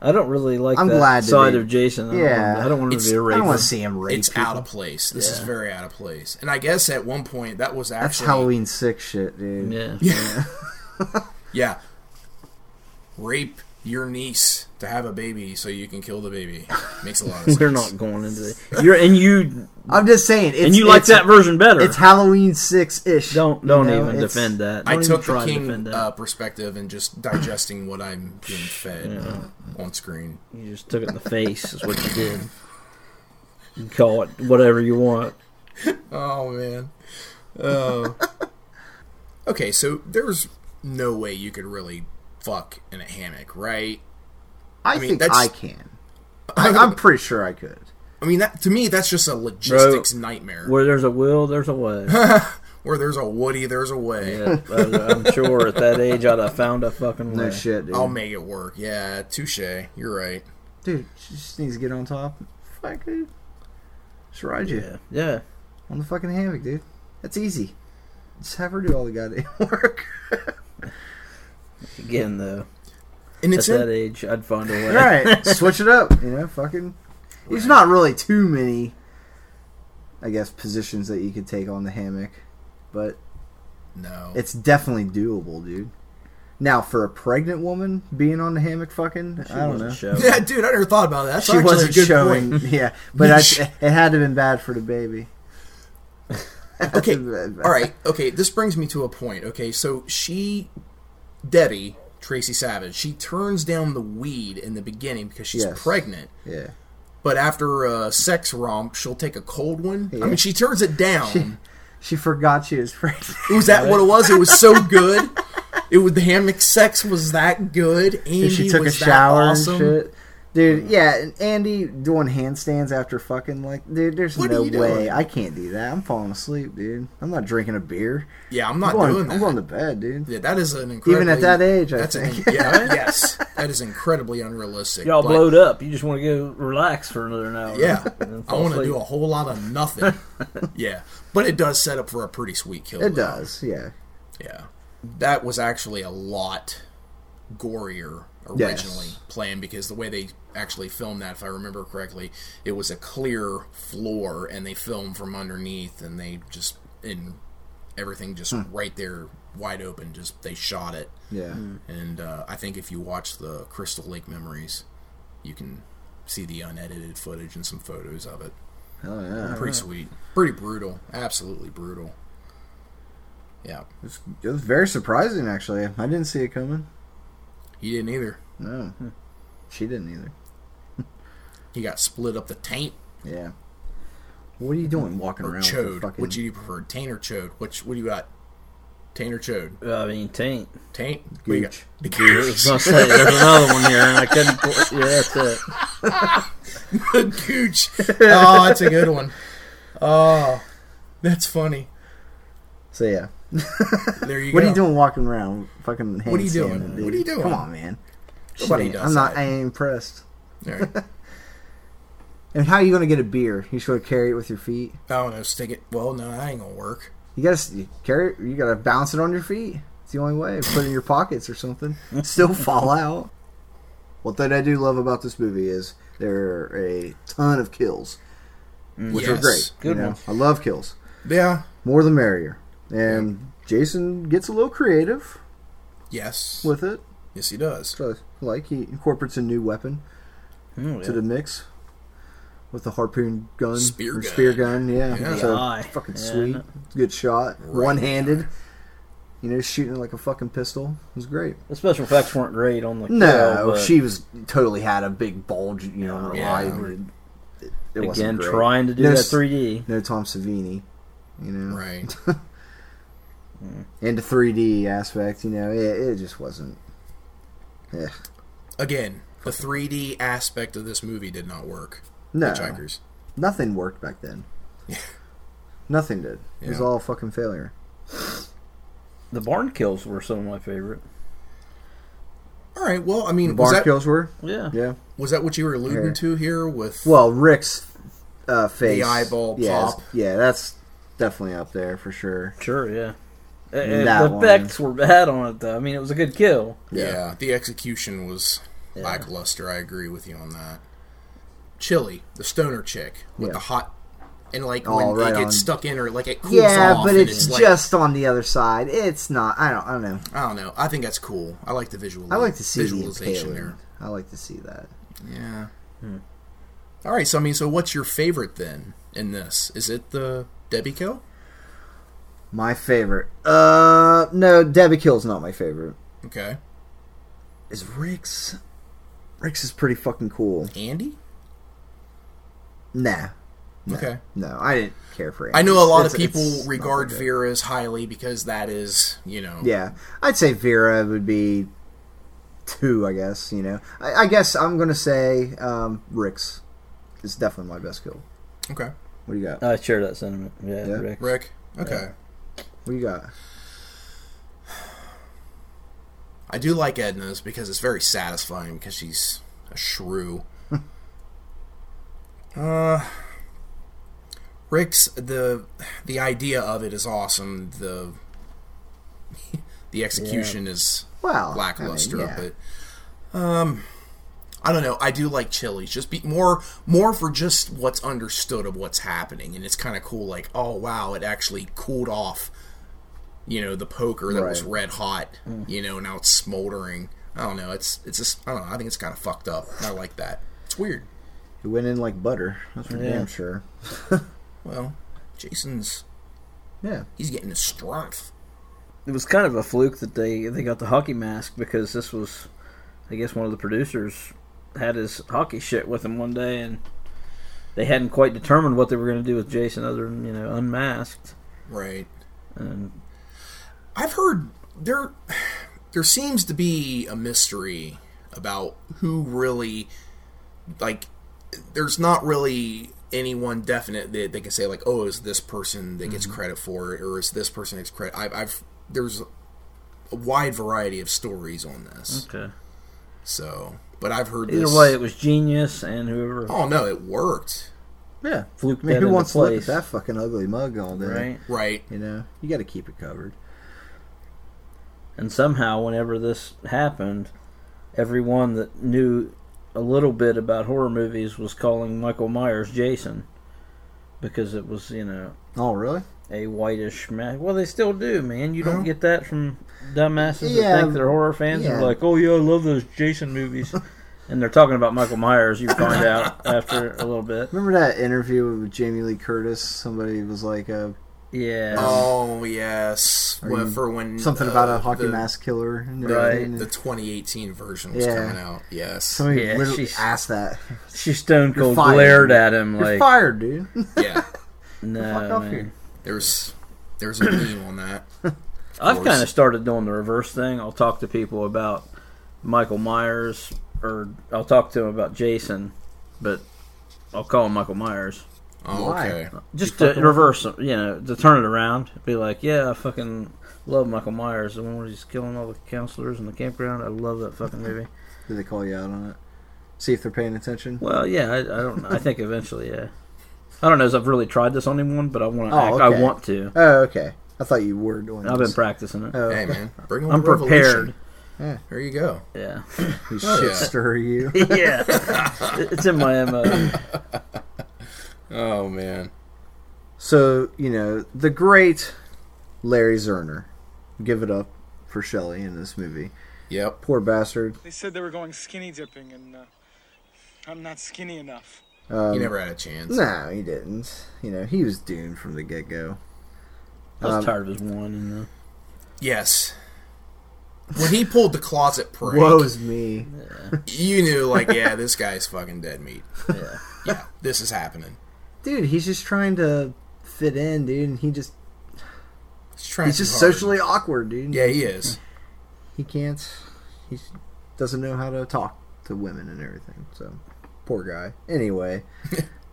B: I don't really like
E: I'm
B: that
E: glad to
B: side
E: be-
B: of Jason. I don't
E: Yeah.
B: want- I don't want him to
A: It's-
B: be a
E: I
B: raper.
E: don't want to see him rape.
A: it's
E: people.
A: out of place. This is
B: Yeah.
A: very out of place. And I guess at one point that was
E: That's
A: actually
E: Halloween six shit, dude.
B: Yeah.
A: Yeah. yeah. Rape your niece to have a baby so you can kill the baby. Makes a lot of sense.
B: We're not going into the, you're and you
E: I'm just saying. It's,
B: and you like
E: it's-
B: that version better.
E: It's Halloween six ish.
B: don't don't even defend that.
A: I
B: Don't even
A: took the
B: try to
A: king
B: defend that.
A: uh, perspective and just digesting what I'm being fed uh, on screen.
B: You just took it in the face. is what you did. You can call it whatever you want.
A: Oh man. Oh. okay, so there's no way you could really fuck in a hammock, right?
E: I,
A: mean,
E: think
A: that's-
E: I can. I, I'm pretty sure I could.
A: I mean, that to me, that's just a logistics nightmare.
B: Where there's a will, there's a way.
A: Where there's a Woody, there's a way.
B: Yeah, I- I'm sure at that age I'd have found a fucking way.
E: No shit, dude.
A: I'll make it work. Yeah, touche. You're right.
E: dude, she just needs to get on top. Fuck, dude. Just ride you
B: Yeah, yeah.
E: on the fucking hammock, dude. That's easy. Just have her do all the goddamn work.
B: Again, though,
A: And
B: at
A: it's in-
B: that age I'd find a way.
E: all right, switch it up. You know, fucking. There's not really too many, I guess, positions that you could take on the hammock, but
A: no.
E: it's definitely doable, dude. Now, for a pregnant woman being on the hammock, fucking,
B: She
E: I don't
B: wasn't
E: know.
B: showing.
A: yeah, dude, I never thought about that. That's
E: she
A: actually
E: wasn't
A: a good
E: showing.
A: point.
E: Yeah, but I, it had to have been bad for the baby.
A: Okay, all right. Okay, this brings me to a point. Okay, so she, Debbie Tracy Savage, she turns down the weed in the beginning because she's
E: Yes.
A: pregnant.
E: Yeah.
A: But after a sex romp, she'll take a cold one. I
E: Yeah.
A: mean, she turns it down.
E: She forgot she was pregnant.
A: It was that what it was? It was so good. It was the hammock sex was that good. Andy
E: she took a
A: was that
E: shower
A: awesome.
E: and shit. Dude, yeah, and Andy doing handstands after fucking like, dude, there's
A: What are
E: no way
A: you doing?
E: I can't do that. I'm falling asleep, dude. I'm not drinking a beer.
A: Yeah, I'm
E: I'm
A: not
E: going,
A: doing that.
E: I'm going to bed, dude.
A: Yeah, that is an incredible.
E: at that age, I
A: that's an-
E: think.
A: yeah, yes, that is incredibly unrealistic.
B: Y'all
A: but-
B: blowed up. You just want to go relax for another hour.
A: Yeah,
B: and then
A: I
B: fall
A: want to
B: asleep.
A: do a whole lot of nothing. yeah, but it does set up for a pretty sweet kill.
E: It
A: though.
E: does, yeah.
A: Yeah, that was actually a lot gorier originally planned because the way they actually filmed that, if I remember correctly, it was a clear floor and they filmed from underneath and they just and everything just right there, wide open. Just they shot it.
E: Yeah.
A: And uh, I think if you watch the Crystal Lake Memories, you can see the unedited footage and some photos of it.
E: Hell yeah.
A: Pretty sweet. Pretty brutal. Absolutely brutal. Yeah.
E: It's- It was very surprising, actually. I didn't see it coming.
A: He didn't either.
E: No. She didn't either.
A: He got split up the taint
E: Yeah. What are you doing walking
A: or
E: around? With
A: chode.
E: a fucking...
A: Which do you prefer? Taint or chode? Which what do you got? Taint or chode?
E: Uh,
B: I mean, taint.
A: Taint? What do you got? The
B: I was
A: gooch.
B: gonna say, there's another one here, and I couldn't. Yeah, that's it.
A: the gooch. Oh, that's a good one. Oh. That's funny.
E: So, yeah.
A: There you
E: What
A: go.
E: are you doing walking around? Fucking
A: What are you doing?
E: handstanding, dude.
A: What are you doing?
E: Come on, man.
A: Nobody
E: Shit,
A: does
E: I'm not.
A: that.
E: I ain't impressed.
A: There.
E: And how are you gonna get a beer? You just gonna carry it with your feet?
A: I don't know. Stick it. Well, no, that ain't gonna work.
E: You gotta s- you carry. it- You gotta bounce it on your feet. It's the only way. Put it in your pockets or something. Still fall out. What that I do love about this movie is there are a ton of kills, which are
A: Yes.
E: great.
B: Good
E: you know?
B: one.
E: I love kills.
A: Yeah.
E: More the merrier. And Jason gets a little creative
A: Yes.
E: with it.
A: yes, he does.
E: So, like he incorporates a new weapon
B: Oh,
E: to the mix with the harpoon gun,
A: Spear
E: or
A: gun.
E: spear gun. Yeah,
A: Yeah.
E: so
B: Yeah.
E: fucking
B: Yeah.
E: sweet, good shot,
A: Right.
E: one-handed. You know, shooting like a fucking pistol it was great.
B: The special effects weren't great on the.
E: No,
B: kill, but
E: she was totally had a big bulge. You know, on her
A: Yeah.
E: eye. It- it wasn't
B: again
E: great.
B: trying to do
E: No
B: that
E: s-
B: 3D.
E: No Tom Savini. You know,
A: Right.
E: into 3D aspect. You know, it, it just wasn't. Yeah,
A: Again, the 3D aspect of this movie did not work.
E: no,
A: Hitchhikers.
E: nothing worked back then. nothing did. It was
A: Yeah.
E: all fucking failure.
B: The barn kills were some of my favorite.
A: All right. Well, I mean, was
E: Barn
A: that,
E: kills were.
B: Yeah.
E: Yeah.
A: was that what you were alluding
E: Here.
A: to here with?
E: Well, Rick's uh, face,
A: eyeball
E: yeah,
A: pop.
E: is- Yeah, that's definitely up there for sure.
B: Sure. Yeah. Uh, uh,
E: That
B: the
E: one.
B: effects were bad on it, though. I mean, it was a good kill.
A: yeah. the execution was
B: Yeah.
A: lackluster. I agree with you on that. Chili, the stoner chick with
E: Yeah.
A: the hot, and like
E: Oh,
A: when
E: right
A: it gets
E: on.
A: stuck in her, like it cools
E: Yeah,
A: off.
E: but
A: and
E: it's
A: like,
E: just on the other side. It's not. I don't. I don't know.
A: I don't know. I think that's cool. I like the visual.
E: I like to see the
A: visualization
E: impaling.
A: there.
E: I like to see that.
A: Yeah.
E: Hmm.
A: All right. So I mean, so what's your favorite then in this? Is it the Debbie kill?
E: My favorite. Uh, no, Debbie Kill's not my favorite.
A: Okay,
E: Is Rick's? Rick's is pretty fucking cool.
A: Andy.
E: Nah,
A: Okay.
E: no, I didn't care for.
A: I know a lot
E: It's-
A: of
E: it's-
A: people
E: it's not
A: regard
E: that good.
A: Vera as highly because that is, you know,
E: Yeah, I'd say Vera would be two, I guess. You know, I, I guess I'm gonna say um, Rick's is definitely my best kill.
A: Okay.
E: What do you got?
B: I share that sentiment. Yeah.
E: Yeah.
B: Rick.
A: Rick. Okay.
E: What do you got?
A: I do like Edna's because it's very satisfying because she's a shrew. uh Rick's the the idea of it is awesome. The the execution is
E: Well,
A: lackluster
E: Oh, I mean, yeah.
A: of it. Um I don't know. I do like chilies. Just be more more for just what's understood of what's happening and it's kind of cool like, oh wow, it actually cooled off you know, the poker that was
E: Right. Mm.
A: red hot, you know, now it's smoldering. I don't know. It's it's just I don't know. I think it's kind of fucked up. I like that. It's weird.
E: It went in like butter. That's for damn sure.
A: Well, Jason's
E: Yeah.
A: he's getting his strength.
B: It was kind of a fluke that they they got the hockey mask because this was, I guess, one of the producers had his hockey shit with him one day and. They hadn't quite determined what they were going to do with Jason, other than you know, unmasked.
A: Right.
B: And
A: I've heard there there seems to be a mystery about who really like there's not really anyone definite that they can say like oh is this person that
E: Mm-hmm.
A: gets credit for it or is this person that gets credit I've, I've there's a wide variety of stories on this
B: okay.
A: so but I've heard
B: Either
A: this
B: way, it was genius, and whoever
A: oh no it worked
E: Yeah.
B: fluked
E: I mean,
B: that
E: who
B: into
E: wants to look at
B: place,
E: that fucking ugly mug all day?
B: right?
A: right
E: You know, you got to keep it covered.
B: And somehow, whenever this happened, everyone that knew a little bit about horror movies was calling Michael Myers Jason because it was, you know,
E: Oh, really?
B: a whitish mask. Well, they still do, man. You don't get that from dumbasses
E: Yeah,
B: that think they're horror fans and
E: yeah.
B: are like, oh, yeah, I love those Jason movies. And they're talking about Michael Myers. You find out after a little bit.
E: Remember that interview with Jamie Lee Curtis? Somebody was like, uh,
B: Yeah.
A: Oh yes,
E: Are
A: Well,
E: you-
A: for when
E: something
A: uh,
E: about a hockey
A: the,
E: mask killer. and
B: Right.
E: everything.
A: The 2018 version was
E: Yeah.
A: coming out. Yes,
E: Somebody
B: Yeah,
E: literally
B: she's-
E: asked that.
B: she stone cold
E: fired.
B: glared at him
E: You're
B: like,
E: fired, dude.
A: yeah.
B: "No,
E: Fuck off
B: man."
E: here.
A: There's there's a meme on that.
B: I've
A: course.
B: kind of started doing the reverse thing. I'll talk to people about Michael Myers, or I'll talk to them about Jason, but I'll call him Michael Myers.
A: Oh,
E: Why?
A: okay.
B: Just to reverse, it, you know, to turn it around. Be like, yeah, I fucking love Michael Myers, the one where he's killing all the counselors in the campground. I love that fucking movie.
E: Did they call you out on it? See if they're paying attention.
B: Well, yeah, I, I don't. know. I think eventually, yeah. I don't know if I've really tried this on anyone, but I want to.
E: Oh,
B: act, I
E: okay.
B: want to.
E: Oh, okay. I thought you were doing.
B: I've been
E: this.
B: practicing it.
E: Oh,
A: Hey man, bring on
B: I'm
A: the revolution.
B: prepared.
A: There you go.
B: Yeah.
E: you
A: Oh,
E: shit
A: yeah.
E: stir you.
B: yeah. It's in my MO.
A: Oh man.
E: So you know the great Larry Zerner. Give it up for Shelley in this movie.
A: Yep.
E: Poor bastard.
G: They said they were going skinny dipping, and uh, I'm not skinny enough.
E: Um,
A: You never had a chance.
E: No, he didn't. You know he was doomed from the get go.
B: I was
E: Um,
B: tired of his one. And, uh,
A: Yes. When he pulled the closet prank,
E: Woe's me.
A: you knew like, yeah, this guy's fucking dead meat.
B: Yeah.
A: Yeah, this is happening.
E: Dude, he's just trying to fit in, dude, and he just
A: He's, trying
E: he's
A: too
E: just
A: hard.
E: socially awkward, dude.
A: Yeah, he is.
E: He can't he doesn't know how to talk to women and everything. So poor guy. Anyway,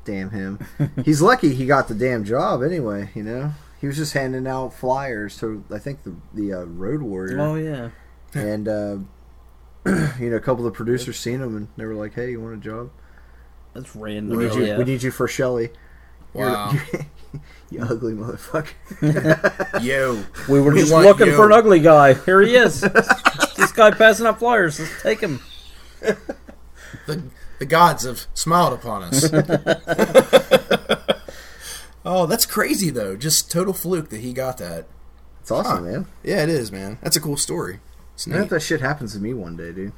E: damn him. He's lucky he got the damn job anyway, you know. He was just handing out flyers to I think the the uh, road warrior
B: Oh yeah.
E: and uh, you know a couple of the producers seen him and they were like, "Hey, you want a job?
B: That's random. Oh,
E: We need you.
B: yeah.
E: We need you for Shelley." You're-
A: Wow.
E: you ugly motherfucker.
A: Yo.
B: We were
A: We
B: just
A: want
B: looking
A: you.
B: for an ugly guy. Here he is. this guy passing out flyers. Let's take him.
A: the the gods have smiled upon us. oh, that's crazy though. Just total fluke that he got that.
E: It's awesome, man.
A: Yeah, it is, man. That's a cool story. It's
E: I
A: neat,
E: know if that shit happens to me one day, dude.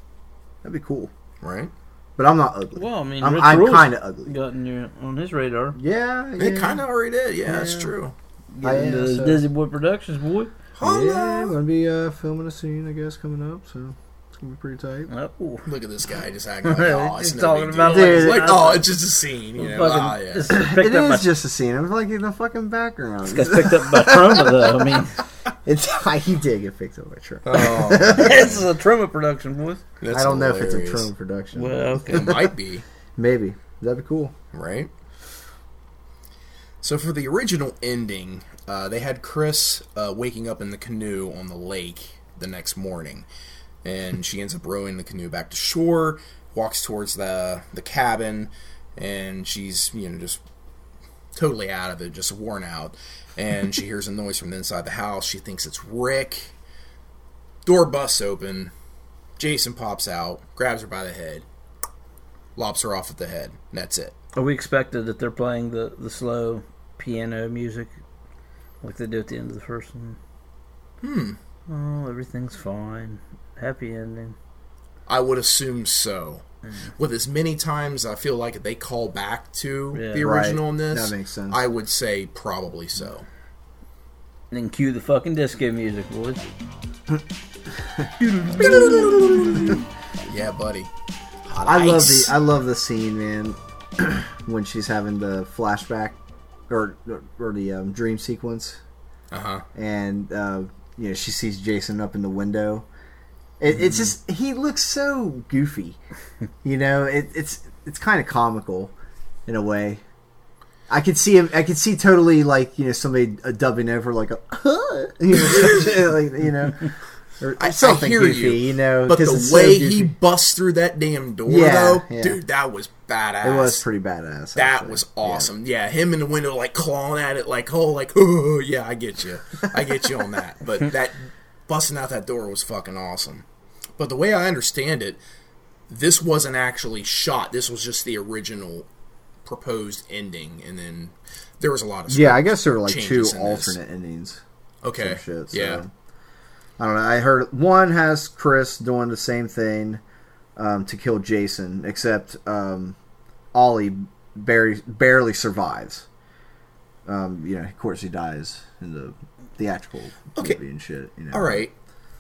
E: That'd be cool.
A: right?
E: But I'm not ugly.
B: Well, I mean,
E: I'm,
B: Rich
E: I'm
B: Rule's
E: kind of ugly.
B: Gotten you on his radar.
E: Yeah, yeah.
A: It kind of already did. Yeah, that's true.
E: I
B: Getting
E: am,
B: into this
E: so-
B: Disney Boy Productions boy.
E: Yeah,
A: Hello.
E: we're gonna be uh, filming a scene, I guess, coming up. So it's gonna be pretty tight.
B: Oh.
A: Look at this guy just acting like, oh, it's
B: He's
A: no
B: talking
A: big
B: about
A: deal."
E: it like
A: like,
E: it's
A: oh, it's just a scene. You know?
B: fucking,
A: Ah, yeah.
B: This is
E: It
B: picked up by,
E: is just a scene. It was like in the fucking background.
B: this guy's picked up by Troma though. I mean,
E: it's he did get picked up by Trump.
A: Oh,
B: this is a Troma production, boys.
A: that's
E: I don't know if it's a
A: hilarious.
E: Trump production.
B: Well, okay.
A: It might be.
E: Maybe that'd be cool.
A: right? So for the original ending, uh, they had Chris uh, waking up in the canoe on the lake the next morning, and she ends up rowing the canoe back to shore, walks towards the the cabin, and she's you know just totally out of it, just worn out, and she hears a noise from inside the house. She thinks it's Rick. Door busts open. Jason pops out, grabs her by the head, lops her off at the head, and that's it.
B: Are we expected that they're playing the, the slow piano music like they do at the end of the first one? Hmm. Oh, everything's fine. Happy ending.
A: I would assume so. With as many times I feel like they call back to
B: Yeah.
A: the
E: Right.
A: original in this,
E: That makes sense.
A: I would say probably so.
B: And then cue the fucking disco music, boys.
A: Yeah, buddy. Hot
E: I love the
A: ice.
E: I love the scene, man, when she's having the flashback or or the um, dream sequence,
A: Uh-huh.
E: and uh, you know she sees Jason up in the window. It,
A: Mm-hmm.
E: It's just he looks so goofy, you know. It, it's it's kind of comical in a way. I could see him. I could see totally like you know somebody uh, dubbing over like a you know, like you know. Or
A: I- I
E: something
A: hear
E: goofy,
A: you,
E: you, know.
A: But
E: 'cause
A: the
E: it's so
A: way
E: goofy.
A: he busts through that damn door,
E: Yeah,
A: though,
E: yeah.
A: dude, that was badass.
E: It was pretty badass.
A: That
E: actually.
A: was
E: Yeah.
A: awesome. Yeah. him in the window, like clawing at it, like oh, like oh, yeah, I get you, I get you on that. But that busting out that door was fucking awesome. But the way I understand it, this wasn't actually shot. This was just the original proposed ending, and then there was a lot of
E: Yeah, I guess there were like two
A: changes in this.
E: alternate endings.
A: okay,
E: Some shit. So.
A: yeah,
E: I don't know. I heard one has Chris doing the same thing. um, to kill Jason, except um, Ollie barely, barely survives. Um, you know, of course, he dies in the theatrical
A: Okay.
E: movie and shit. You know,
A: All right.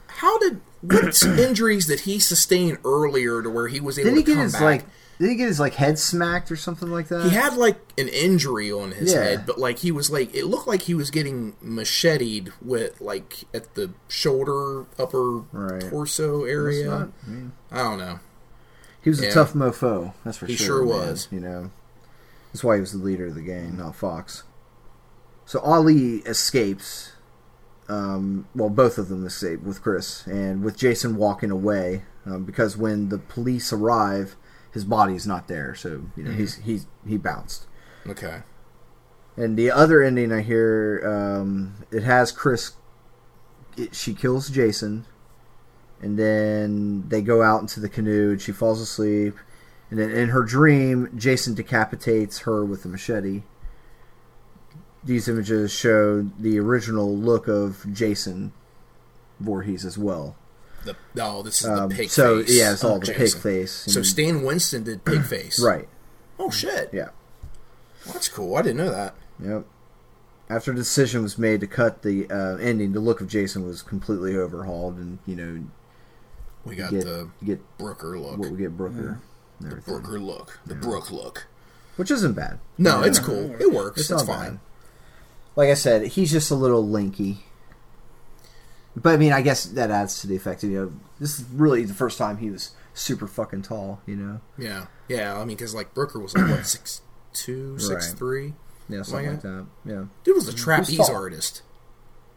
A: How did what injuries that he sustained earlier to where he was able
E: Did he
A: to
E: get
A: come
E: his
A: back?
E: like? Did he get his like head smacked or something like that?
A: he had like an injury on his
E: Yeah.
A: head, but like he was like it looked like he was getting macheted with like at the shoulder upper
E: Right.
A: torso
E: It's
A: area.
E: not- I mean,
A: I don't know.
E: He was
A: Yeah.
E: a tough mofo. That's for
A: He
E: sure.
A: sure
E: man,
A: was.
E: You know, that's why he was the leader of the gang, not Fox. So Ali escapes. Um, well, both of them escape with Chris and with Jason walking away um, because when the police arrive, his body's not there. So you
A: Mm-hmm.
E: know he's he's he bounced.
A: Okay.
E: And the other ending I hear, um, it has Chris. It, she kills Jason, and then they go out into the canoe, and she falls asleep. And then in her dream, Jason decapitates her with a machete. These images show the original look of Jason Voorhees as well.
A: The oh, this is
E: Um,
A: the pig
E: so
A: face.
E: yeah, it's all
A: of
E: the
A: Jason.
E: pig face.
A: So
E: and-
A: Stan Winston did pig face.
E: right,
A: Oh shit.
E: yeah.
A: Well, that's cool. I didn't know that.
E: Yep. After the decision was made to cut the uh, ending, the look of Jason was completely overhauled, and you know,
A: We got
E: get
A: the
E: get
A: Brooker look.
E: what we get Brooker,
A: the
E: and everything.
A: Brooker look. The Brook look.
E: which isn't bad.
A: No, it's cool. It works. It's,
E: It's, not
A: fine.
E: bad. Like I said, he's just a little lanky. But I mean, I guess that adds to the effect. You know, this is really the first time he was super fucking tall. You know,
A: Yeah, yeah. I mean, because like Brooker was like what six two, six
E: Right.
A: three.
E: yeah, something
A: yeah.
E: like that. Yeah,
A: Dude was a trapeze
E: tall.
A: artist.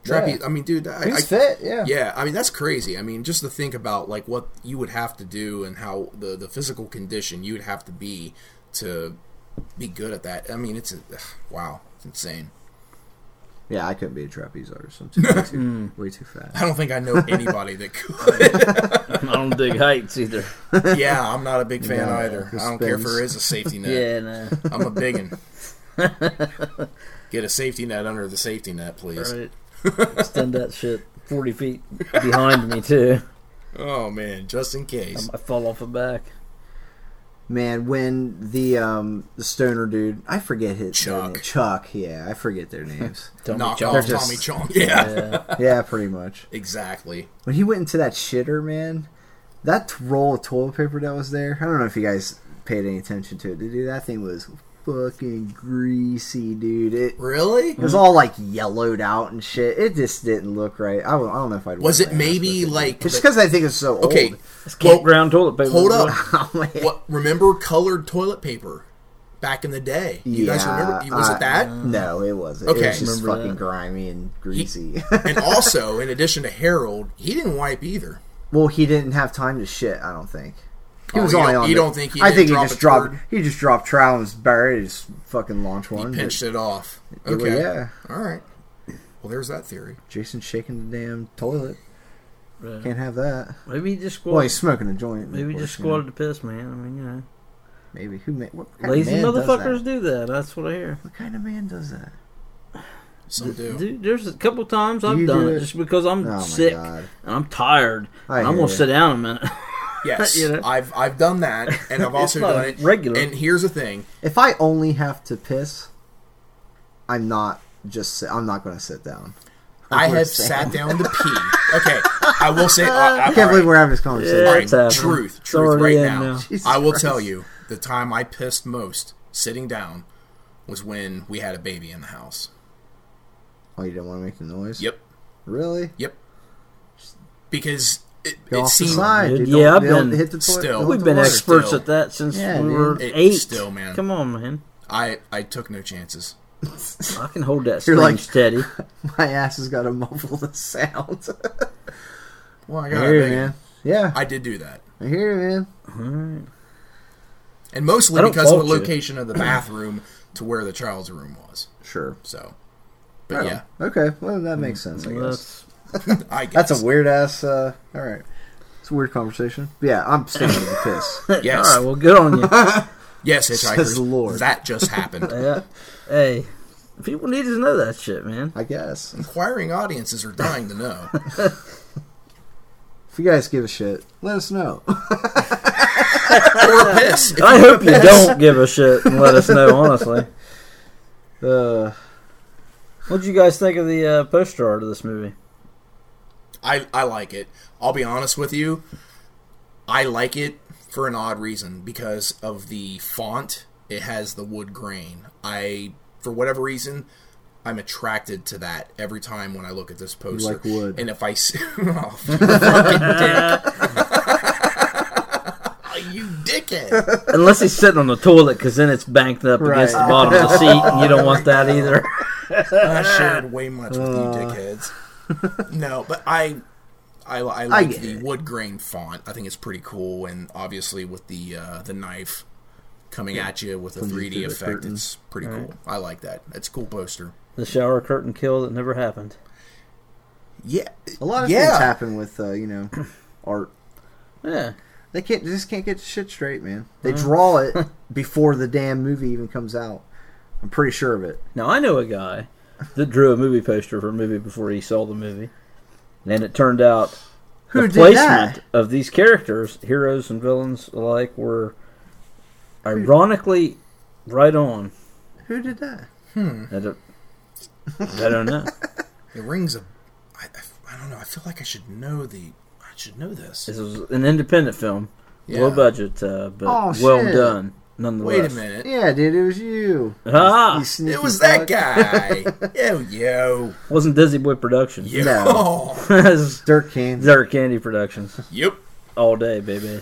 A: Trapeze. I mean, dude. I,
E: he's
A: I,
E: fit. Yeah,
A: Yeah, I mean that's crazy. I mean, just to think about like what you would have to do and how the the physical condition you would have to be to be good at that. I mean, it's a, ugh, wow, it's insane.
E: yeah. I couldn't be a trapeze artist. I'm too, way, too, way too fat.
A: I don't think I know anybody that could.
B: I don't dig heights either.
A: yeah, I'm not a big fan either.
E: the
A: I don't care if
E: spins.
A: there is a safety net.
B: Yeah, no.
A: I'm a big one. Get a safety net under the safety net, please.
B: Right. Extend that shit 40 feet behind me, too.
A: Oh man, just in
B: I
A: case.
B: might fall off the back.
E: Man, when the um the stoner dude, I forget his
A: Chuck.
E: their name. Chuck, yeah, I forget their names.
B: Don't
A: Knock
B: jump.
A: off
E: They're
A: Tommy
E: just-
A: Chong. Yeah,
E: yeah, pretty much.
A: exactly.
E: When he went into that shitter, man, that t- roll of toilet paper that was there. I don't know if you guys paid any attention to it, dude. That thing was fucking greasy, dude. It, it
A: Really?
E: was all like yellowed out and shit. It just didn't look right. I, don't- I don't know if I'd.
A: Was
E: wear
A: it
E: my ass
A: maybe
E: with it.
A: like
E: It's because I think it's so
A: okay?
E: old.
A: Well,
B: Campground toilet paper.
A: hold up.
E: Oh, man.
A: What remember colored toilet paper back in the day? You guys remember?
E: Yeah,
A: Was
E: I-
A: it that?
E: No, it wasn't.
A: Okay.
E: it was just
B: Remember
E: fucking
B: that.
E: grimy and greasy.
A: and also, in addition to Harold, he didn't wipe either.
E: Well, he didn't have time to shit. I don't think. He
A: Oh,
E: was
A: you
E: only
A: don't-
E: on.
A: you
E: the-
A: don't think he
E: I
A: didn't
E: think
A: drop
E: he just
A: a
E: dropped.
A: turd?
E: He just dropped trowel and was buried. He just fucking launched one. but-
A: Pinched it off.
E: Yeah, well,
A: Okay.
E: yeah.
A: All right. Well, there's that theory.
E: Jason shaking the damn toilet.
B: Right.
E: Can't have that.
B: Maybe he just squatted.
E: Well, he's smoking a joint. of
B: maybe he
E: course,
B: just
E: you know.
B: squatted to piss, man. I mean, you know.
E: Maybe who? Ma- what kind
B: Lazy
E: of man
B: motherfuckers
E: Does that?
B: do that. That's what I hear.
E: What kind of man does that?
A: Some do.
B: Dude, there's a couple times I've
E: You
B: done
E: do
B: it
E: it?
B: just because I'm
E: Oh my
B: sick
E: god.
B: and I'm tired.
E: I
B: and I'm
E: hear
B: gonna
E: you.
B: sit down a minute.
A: Yes,
B: You know?
A: I've I've done that, and I've also
B: not
A: done it
B: regular.
A: And here's the thing:
E: If I only have to piss, I'm not just. si- I'm not going to sit down.
A: I have
E: saying.
A: sat down to pee. Okay, I will say. I, I,
E: I
A: all
E: can't
A: right.
E: believe we're having this conversation.
B: Yeah.
A: All
B: It's
A: right,
B: happening.
A: truth,
B: It's
A: truth,
B: already
A: right
B: in
A: now.
B: now.
E: Jesus
A: I will tell
E: Christ.
A: you the time I pissed most sitting down was when we had a baby in the house.
E: Oh, you didn't want to make the noise.
A: Yep,
E: Really?
A: yep. Because it,
E: Go
A: it
E: off the
A: seemed
E: side.
B: Dude,
E: dude.
B: yeah,
E: Don't-
B: I've
E: they don't
B: been-
E: hit the toilet.
A: Still.
E: don't
B: We've
E: hit
B: been
E: the
A: Still.
E: toilet.
B: experts at that since
E: Yeah,
B: we
E: dude.
B: were
A: It-
B: eight.
A: still, man.
B: Come on, man.
A: I I took no chances.
B: I can hold that
E: You're
B: string
E: like-
B: steady.
E: My ass has got to muffle the sound.
A: Well, I
E: I
A: got
E: hear you, man. Yeah,
A: I did do that,
E: I hear you, man.
A: and mostly
B: I don't
A: because of the
B: fault you.
A: location of the bathroom to where the child's room was.
E: Sure.
A: So,
E: Oh.
A: but yeah,
E: Okay. Well, that makes sense. I guess
B: That's,
A: I guess
E: that's a weird ass. Uh, all right. It's a weird conversation. But yeah, I'm sticking with the piss.
A: yes,
B: All right, well, good on you.
A: yes, hitchhikers.
E: the Lord.
A: That just happened.
B: yeah. Hey, people need to know that shit, man.
E: I guess
A: Inquiring audiences are dying to know.
E: if you guys give a shit, let us know.
A: or a piss. If
B: I
A: you
B: hope you don't give a shit and let us know, honestly. Uh, what'd you guys think of the uh, poster art of this movie?
A: I, I like it. I'll be honest with you. I like it for an odd reason because of the font. It has the wood grain. I, for whatever reason, I'm attracted to that every time when I look at this poster.
E: like wood.
A: And if I see. Oh, fucking dick. you dickhead.
B: Unless he's sitting on the toilet, because then it's banked up against the bottom of the seat, and you don't want that either.
A: I
E: Uh,
A: shared way much with you dickheads. No, but I. I, I like
E: get
A: the
E: it.
A: wood grain font. I think it's pretty cool, and obviously with the uh, the knife coming at you with a
E: you
A: 3D
E: through the
A: effect,
E: curtain.
A: it's pretty cool. I like that. That's a cool poster.
B: The shower curtain kill that never happened.
A: Yeah,
E: A lot of
A: yeah.
E: things happen with uh, you know art.
B: Yeah.
E: They can't they just can't get shit straight, man. They draw it before the damn movie even comes out. I'm pretty sure of it.
B: Now I know a guy that drew a movie poster for a movie before he saw the movie, and it turned out
E: Who
B: the
E: did
B: placement
E: that?
B: of these characters, heroes and villains alike, were ironically right on.
E: Who did that?
B: I don't, I don't know.
A: It rings a. I, I, I don't know. I feel like I should know the. I should know this.
B: This was an independent film,
A: Yeah.
B: low budget, uh, but
E: Oh,
B: well
E: shit.
B: done nonetheless.
A: Wait a minute.
E: Yeah, dude, it was you.
B: Ah,
E: You sneaky
A: It was that
E: fuck.
A: guy. yo, yo,
B: wasn't Dizzy Boy Productions?
A: yo.
E: No.
B: It's
E: Dirt King.
B: Dirt Candy Productions
A: yep.
B: all day, baby.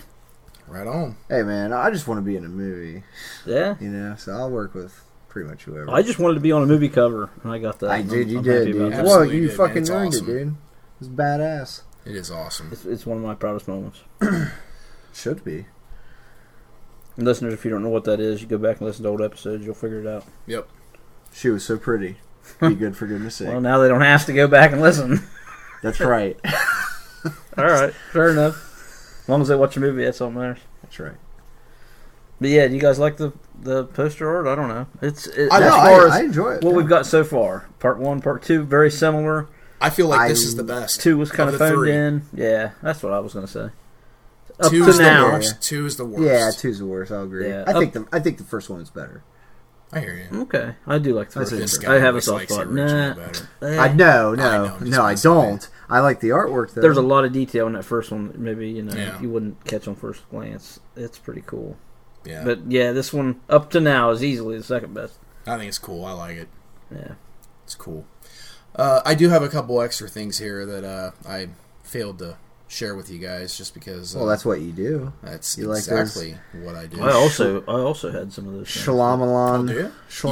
A: Right on.
E: Hey man, I just want to be in a movie,
B: Yeah.
E: you know. So I'll work with pretty much whoever.
B: I just wanted to be on a movie cover, and I got that.
E: I
B: and
E: did.
B: I'm-
E: You
B: I'm
E: did,
B: happy about
E: dude.
B: that.
A: Well,
E: Whoa,
A: Absolutely
E: you
A: did, man.
E: fucking
A: It's
E: earned
A: awesome.
E: it, dude. It's badass.
A: It is awesome.
B: It's, it's one of my proudest moments.
E: Should be.
B: And listeners, if you don't know what that is, you go back and listen to old episodes. You'll figure it out.
A: Yep.
E: She was so pretty. Be good for goodness sake.
B: Well, now they don't have to go back and listen.
E: That's right.
B: all right, fair enough. As long as they watch a movie, that's all that matters.
E: That's right.
B: But yeah, do you guys like the the poster art? I don't know. It's it,
A: I
B: as
E: No,
A: know,
B: far as
E: I, I enjoy it.
B: what
E: yeah.
B: we've got so far. Part one, part two, very similar.
A: I feel like
E: I-
A: this is the best.
B: Two was kind of,
A: the
B: phoned
A: three.
B: in. Yeah, that's what I was gonna say. Up
A: Two
B: to
A: is the
B: now,
A: worst. Two is the worst.
E: Yeah, two's the worst. I'll agree.
B: Yeah.
E: I think the I think the first one is better.
A: I hear you.
B: okay, I do like the
E: That's
B: first
E: it.
A: This
B: one.
A: guy
B: I have a
A: always
B: soft
A: likes the
B: spot.
A: original
B: Nah,
A: better.
B: eh.
E: I no
A: I know,
E: no
A: I'm just
E: no
A: messing
E: I
A: with you.
E: don't. I like the artwork though.
B: there's a lot of detail in that first one that maybe you know
A: Yeah.
B: you wouldn't catch on first glance. It's pretty cool.
A: Yeah.
B: But yeah, this one up to now is easily the second best.
A: I think it's cool. I like it.
B: Yeah.
A: It's cool. Uh, I do have a couple extra things here that uh, I failed to share with you guys just because uh,
E: Well, that's what you do.
A: that's
E: you like those?
A: exactly what I do.
B: I also I also had some of those. things.
A: Do
E: Shalamalan.
A: you?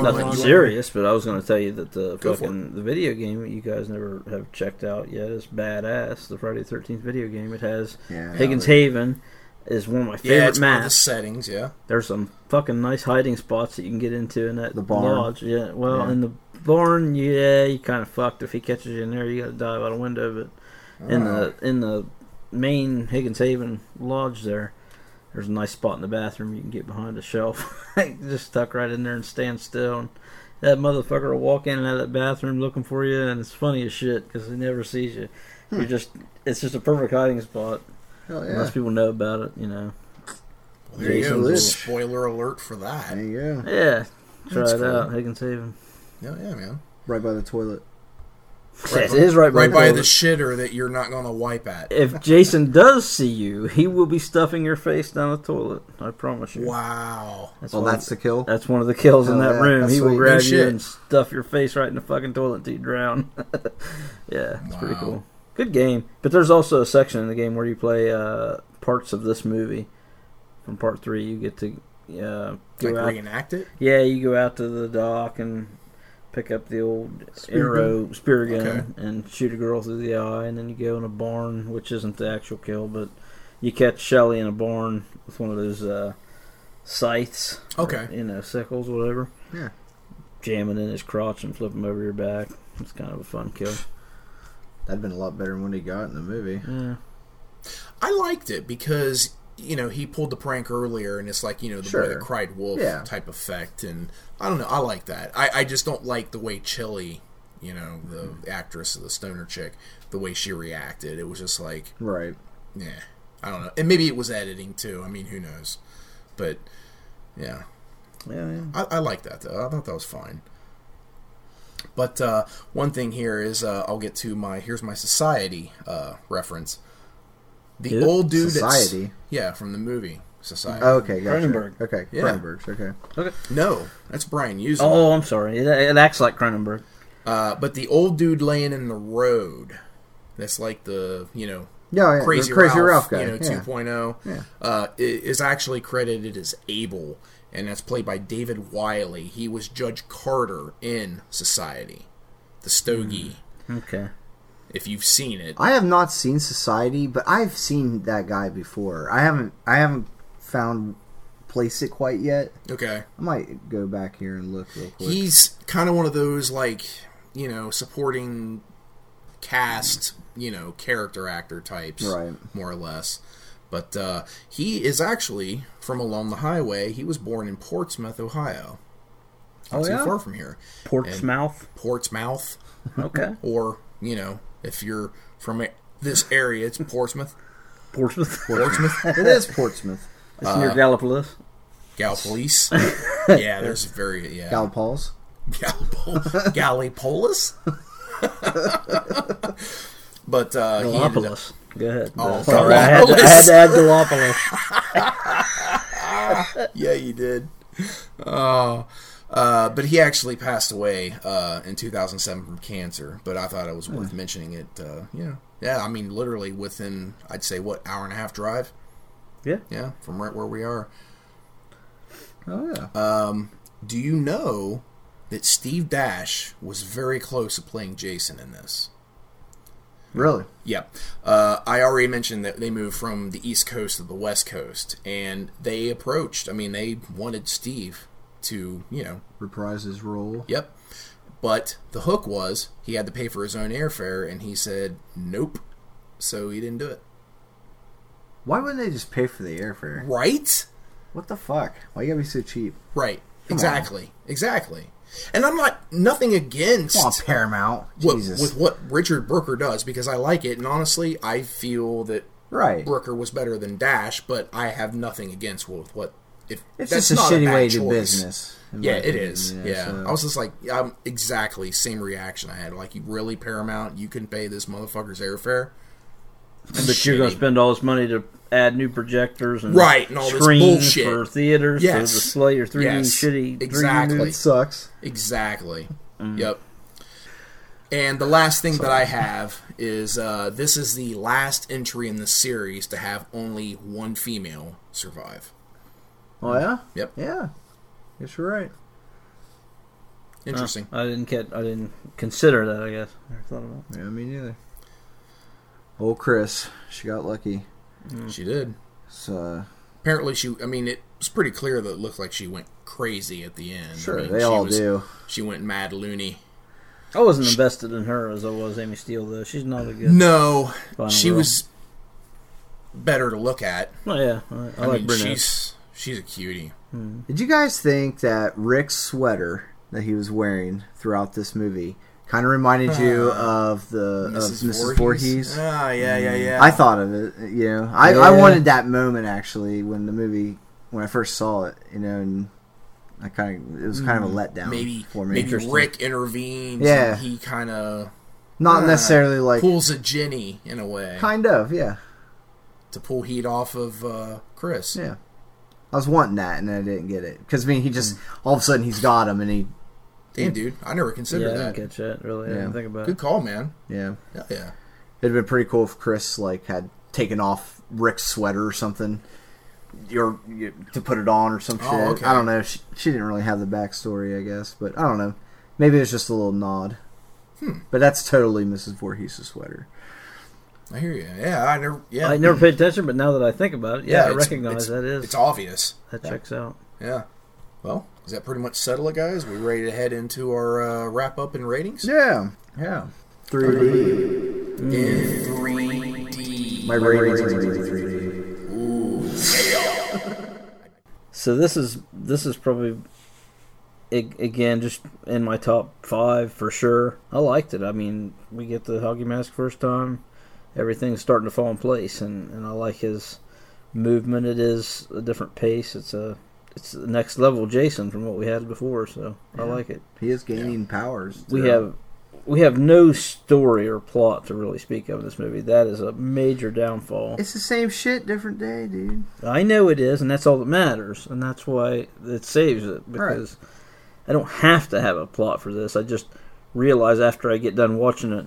B: Nothing
A: Shalom.
B: serious, but I was going to tell you that the
A: Go for
B: fucking the video game that you guys never have checked out yet is badass. The Friday the Thirteenth video game. It has
E: Yeah.
B: Higgins Haven is one of my
A: Yeah,
B: favorite
A: it's one of the
B: maps.
A: settings. Yeah.
B: There's some fucking nice hiding spots that you can get into in that
E: The barn.
B: lodge. Yeah, well,
E: Yeah.
B: in the barn, yeah, you kind of fucked if he catches you in there. You got to dive out a window, but in the
E: Oh.
B: in the main Higgins Haven lodge there. There's a nice spot in the bathroom you can get behind a shelf. Just tuck right in there and stand still. And that motherfucker will walk in and out of that bathroom looking for you, and it's funny as shit because he never sees you. You're just, it's just a perfect hiding spot.
E: Hell
B: Unless
E: Hmm. yeah.
B: people know about it, you know.
A: Well, there you
E: Jason
A: go.
E: Lynch.
A: Spoiler alert for that.
E: There you go.
B: Yeah, try
A: That's
B: it
A: cool.
B: out. Higgins Haven.
A: Yeah, Oh, yeah, man.
E: Right by the toilet.
B: Yes, it is right,
A: Right by
B: below
A: the
B: it.
A: shitter that you're not gonna wipe at.
B: if Jason does see you, he will be stuffing your face down the toilet. I promise you.
A: Wow.
B: That's
E: Well,
B: one-
E: that's the kill.
B: that's one of the kills in
E: Oh,
B: that
E: yeah,
B: room.
E: that's
B: He will
E: sweet.
B: grab
A: No
B: you
A: shit.
B: and stuff your face right in the fucking toilet till you drown. yeah, it's pretty
A: Wow.
B: cool. Good game. But there's also a section in the game where you play uh, parts of this movie from part three. You get to uh, go
A: Like
B: out
A: reenact it.
B: Yeah, you go out to the dock and pick up the old arrow spear gun
A: Okay.
B: and shoot a girl through the eye, and then you go in a barn, which isn't the actual kill, but you catch Shelly in a barn with one of those uh, scythes. or,
A: Okay.
B: you know, sickles, whatever.
E: Yeah.
B: Jamming in his crotch and flipping him over your back. It's kind of a fun kill.
E: That'd been a lot better than what he got in the movie.
B: Yeah.
A: I liked it because you know he pulled the prank earlier, and it's like you know the boy
E: Sure.
A: that cried wolf
E: Yeah.
A: type effect, and I don't know. I like that. I, I just don't like the way Chili, you know, the actress of the stoner chick, the way she reacted. It was just like,
E: Right.
A: yeah, I don't know. And maybe it was editing too. I mean, who knows? But yeah,
B: Yeah, yeah.
A: I, I like that though. I thought that was fine. But uh, one thing here is uh, I'll get to my here's my society uh, reference. The
B: Yeah,
A: old dude that's-
E: Society?
A: yeah, from the movie Society.
E: Oh, okay, gotcha.
B: Cronenberg.
E: Okay,
A: Yeah.
E: Cronenberg's. Okay.
A: No, that's Brian Usler.
B: Oh, I'm sorry. It, it acts like Cronenberg.
A: Uh, but the old dude laying in the road. That's like the you know
E: Yeah, yeah. the
A: crazy,
E: Crazy
A: Ralph,
E: Ralph, guy.
A: you know,
E: yeah.
A: 2.0,
E: Yeah.
A: uh, i- is actually credited as Abel, and that's played by David Wiley. He was Judge Carter in Society, the
E: Mm.
A: Stogie.
B: Okay.
A: If you've seen it,
E: I have not seen Society, but I've seen that guy before. I haven't. I haven't found place it quite yet.
A: okay.
E: I might go back here and look real quick.
A: He's kind of one of those like you know supporting cast, you know, character actor types,
E: Right.
A: More or less. But uh, he is actually from along the highway. He was born in Portsmouth, Ohio. Not
B: Oh,
A: too
B: yeah?
A: far from here.
B: Portsmouth.
A: Portsmouth,
B: Okay.
A: or you know, if you're from a- this area, it's Portsmouth,
B: Portsmouth.
A: Portsmouth,
E: it is Portsmouth.
B: It's near Gallipolis.
A: Gallipolis. Yeah, there's very yeah,
E: Gal Paul's.
A: Gallipol- Gallipolis. but uh, he ended up-
B: Gallipolis. Go ahead.
A: Oh,
B: sorry. I had, to, I had to add Gallipolis.
A: yeah, you did. Oh. Uh, but he actually passed away uh, in 2007 from cancer. But I thought it was
E: Hmm.
A: worth mentioning it. Uh, yeah, yeah. I mean, literally within, I'd say, what hour and a half drive.
B: Yeah.
A: yeah, from right where we are. Um,
E: Oh yeah.
A: Do you know that Steve Dash was very close to playing Jason in this?
E: really?
A: Yeah. Uh, I already mentioned that they moved from the East Coast to the West Coast, and they approached, I mean, they wanted Steve to, you know,
E: Reprise his role.
A: yep. But the hook was he had to pay for his own airfare, and he said, nope. So he didn't do it.
E: Why wouldn't they just pay for the airfare?
A: Right?
E: What the fuck? Why you gotta be so cheap?
A: Right. exactly. Exactly. And I'm not, nothing against.
E: Come on, Paramount.
A: what,
E: Jesus.
A: with what Richard Brooker does because I like it, and honestly, I feel that
E: right.
A: Brooker was better than Dash, but I have nothing against with what if
E: It's
A: that's
E: just a
A: not
E: shitty
A: bad
E: way to do
A: choice.
E: business. in my
A: Yeah, it
E: opinion,
A: is.
E: you know,
A: yeah,
E: so-
A: I was just like, I'm exactly same reaction I had. Like, you really Paramount? You can pay this motherfucker's airfare,
B: But you're going
A: Shitty.
B: to spend all this money to add new projectors and
A: Right, and all this
B: screens
A: bullshit.
B: for theaters to
A: Yes.
B: display your 3D
A: Yes.
B: shitty 3D
A: Exactly.
E: That sucks.
A: Exactly.
E: Mm.
A: Yep. And the last thing that I have is uh, this is the last entry in the series to have only one female survive.
E: Oh yeah.
A: Yep.
E: Yeah. Yes, you're right.
A: Interesting.
B: I didn't get. I didn't consider that. I guess. Never thought about. it.
E: Yeah, me neither. Old Chris, she got lucky. Mm.
A: She did.
E: So
A: apparently she i mean it was pretty clear that it looked like she went crazy at the end
E: sure,
A: I mean,
E: they
A: she
E: all
A: was-
E: do.
A: she went mad loony
B: I wasn't invested in her as I was Amy Steele, though. She's not a good.
A: no
B: Final
A: she
B: girl.
A: was better to look at
B: Oh, yeah, I, I
A: i,
B: like
A: mean
B: brunette.
A: she's she's a cutie
E: Did you guys think that Rick's sweater that he was wearing throughout this movie kind of reminded you
A: Uh,
E: of the of Mrs. Uh, Voorhees? Mm.
A: ah yeah yeah yeah
E: I thought of it. You know, I, I
B: Yeah.
E: wanted that moment actually when the movie when I first saw it. You know, and I kind of it was kind of a letdown.
A: Mm, maybe
E: for me.
A: maybe rick intervenes
E: Yeah.
A: and he kind of
E: not
A: uh,
E: necessarily like
A: pulls a jenny in a way
E: kind of yeah
A: to pull heat off of uh chris
E: yeah. I was wanting that and I didn't get it because I mean he just all of a sudden he's got him and he
A: damn dude i never
B: yeah, I
A: considered
B: didn't
A: that
B: catch that really. I
E: Yeah.
B: didn't think about
A: good
B: it.
A: call man
E: yeah
A: Hell yeah
E: It'd been pretty cool if Chris like had taken off Rick's sweater or something, or you, to put it on or some shit.
A: Oh, okay.
E: I don't know. She, she didn't really have the backstory, I guess, but I don't know. Maybe it was just a little nod. But that's totally Mrs. Voorhees' sweater.
A: i hear you yeah i never yeah
B: I never paid attention, but now that I think about it, yeah, I
A: it's- it's-
B: recognize that is
A: It's obvious.
B: that checks out.
A: Yeah. Well, does that pretty much settle it, guys? We ready to head into our uh, wrap up and ratings?
E: Yeah, yeah. 3D.
A: In 3D.
E: My ratings are 3D.
B: So this is this is probably ag- again just in my top five for sure. I liked it. I mean, we get the hockey mask first time, everything's starting to fall in place, and, and I like his movement. It is a different pace. It's a it's the next level Jason from what we had before. So I like it.
E: He is gaining powers.
B: We
E: throughout.
B: have we have no story or plot to really speak of in this movie. That is a major downfall.
E: It's the same shit, different day, dude.
B: I know it is, and that's all that matters, and that's why it saves it because I don't have to have a plot for this. I just realize after I get done watching it,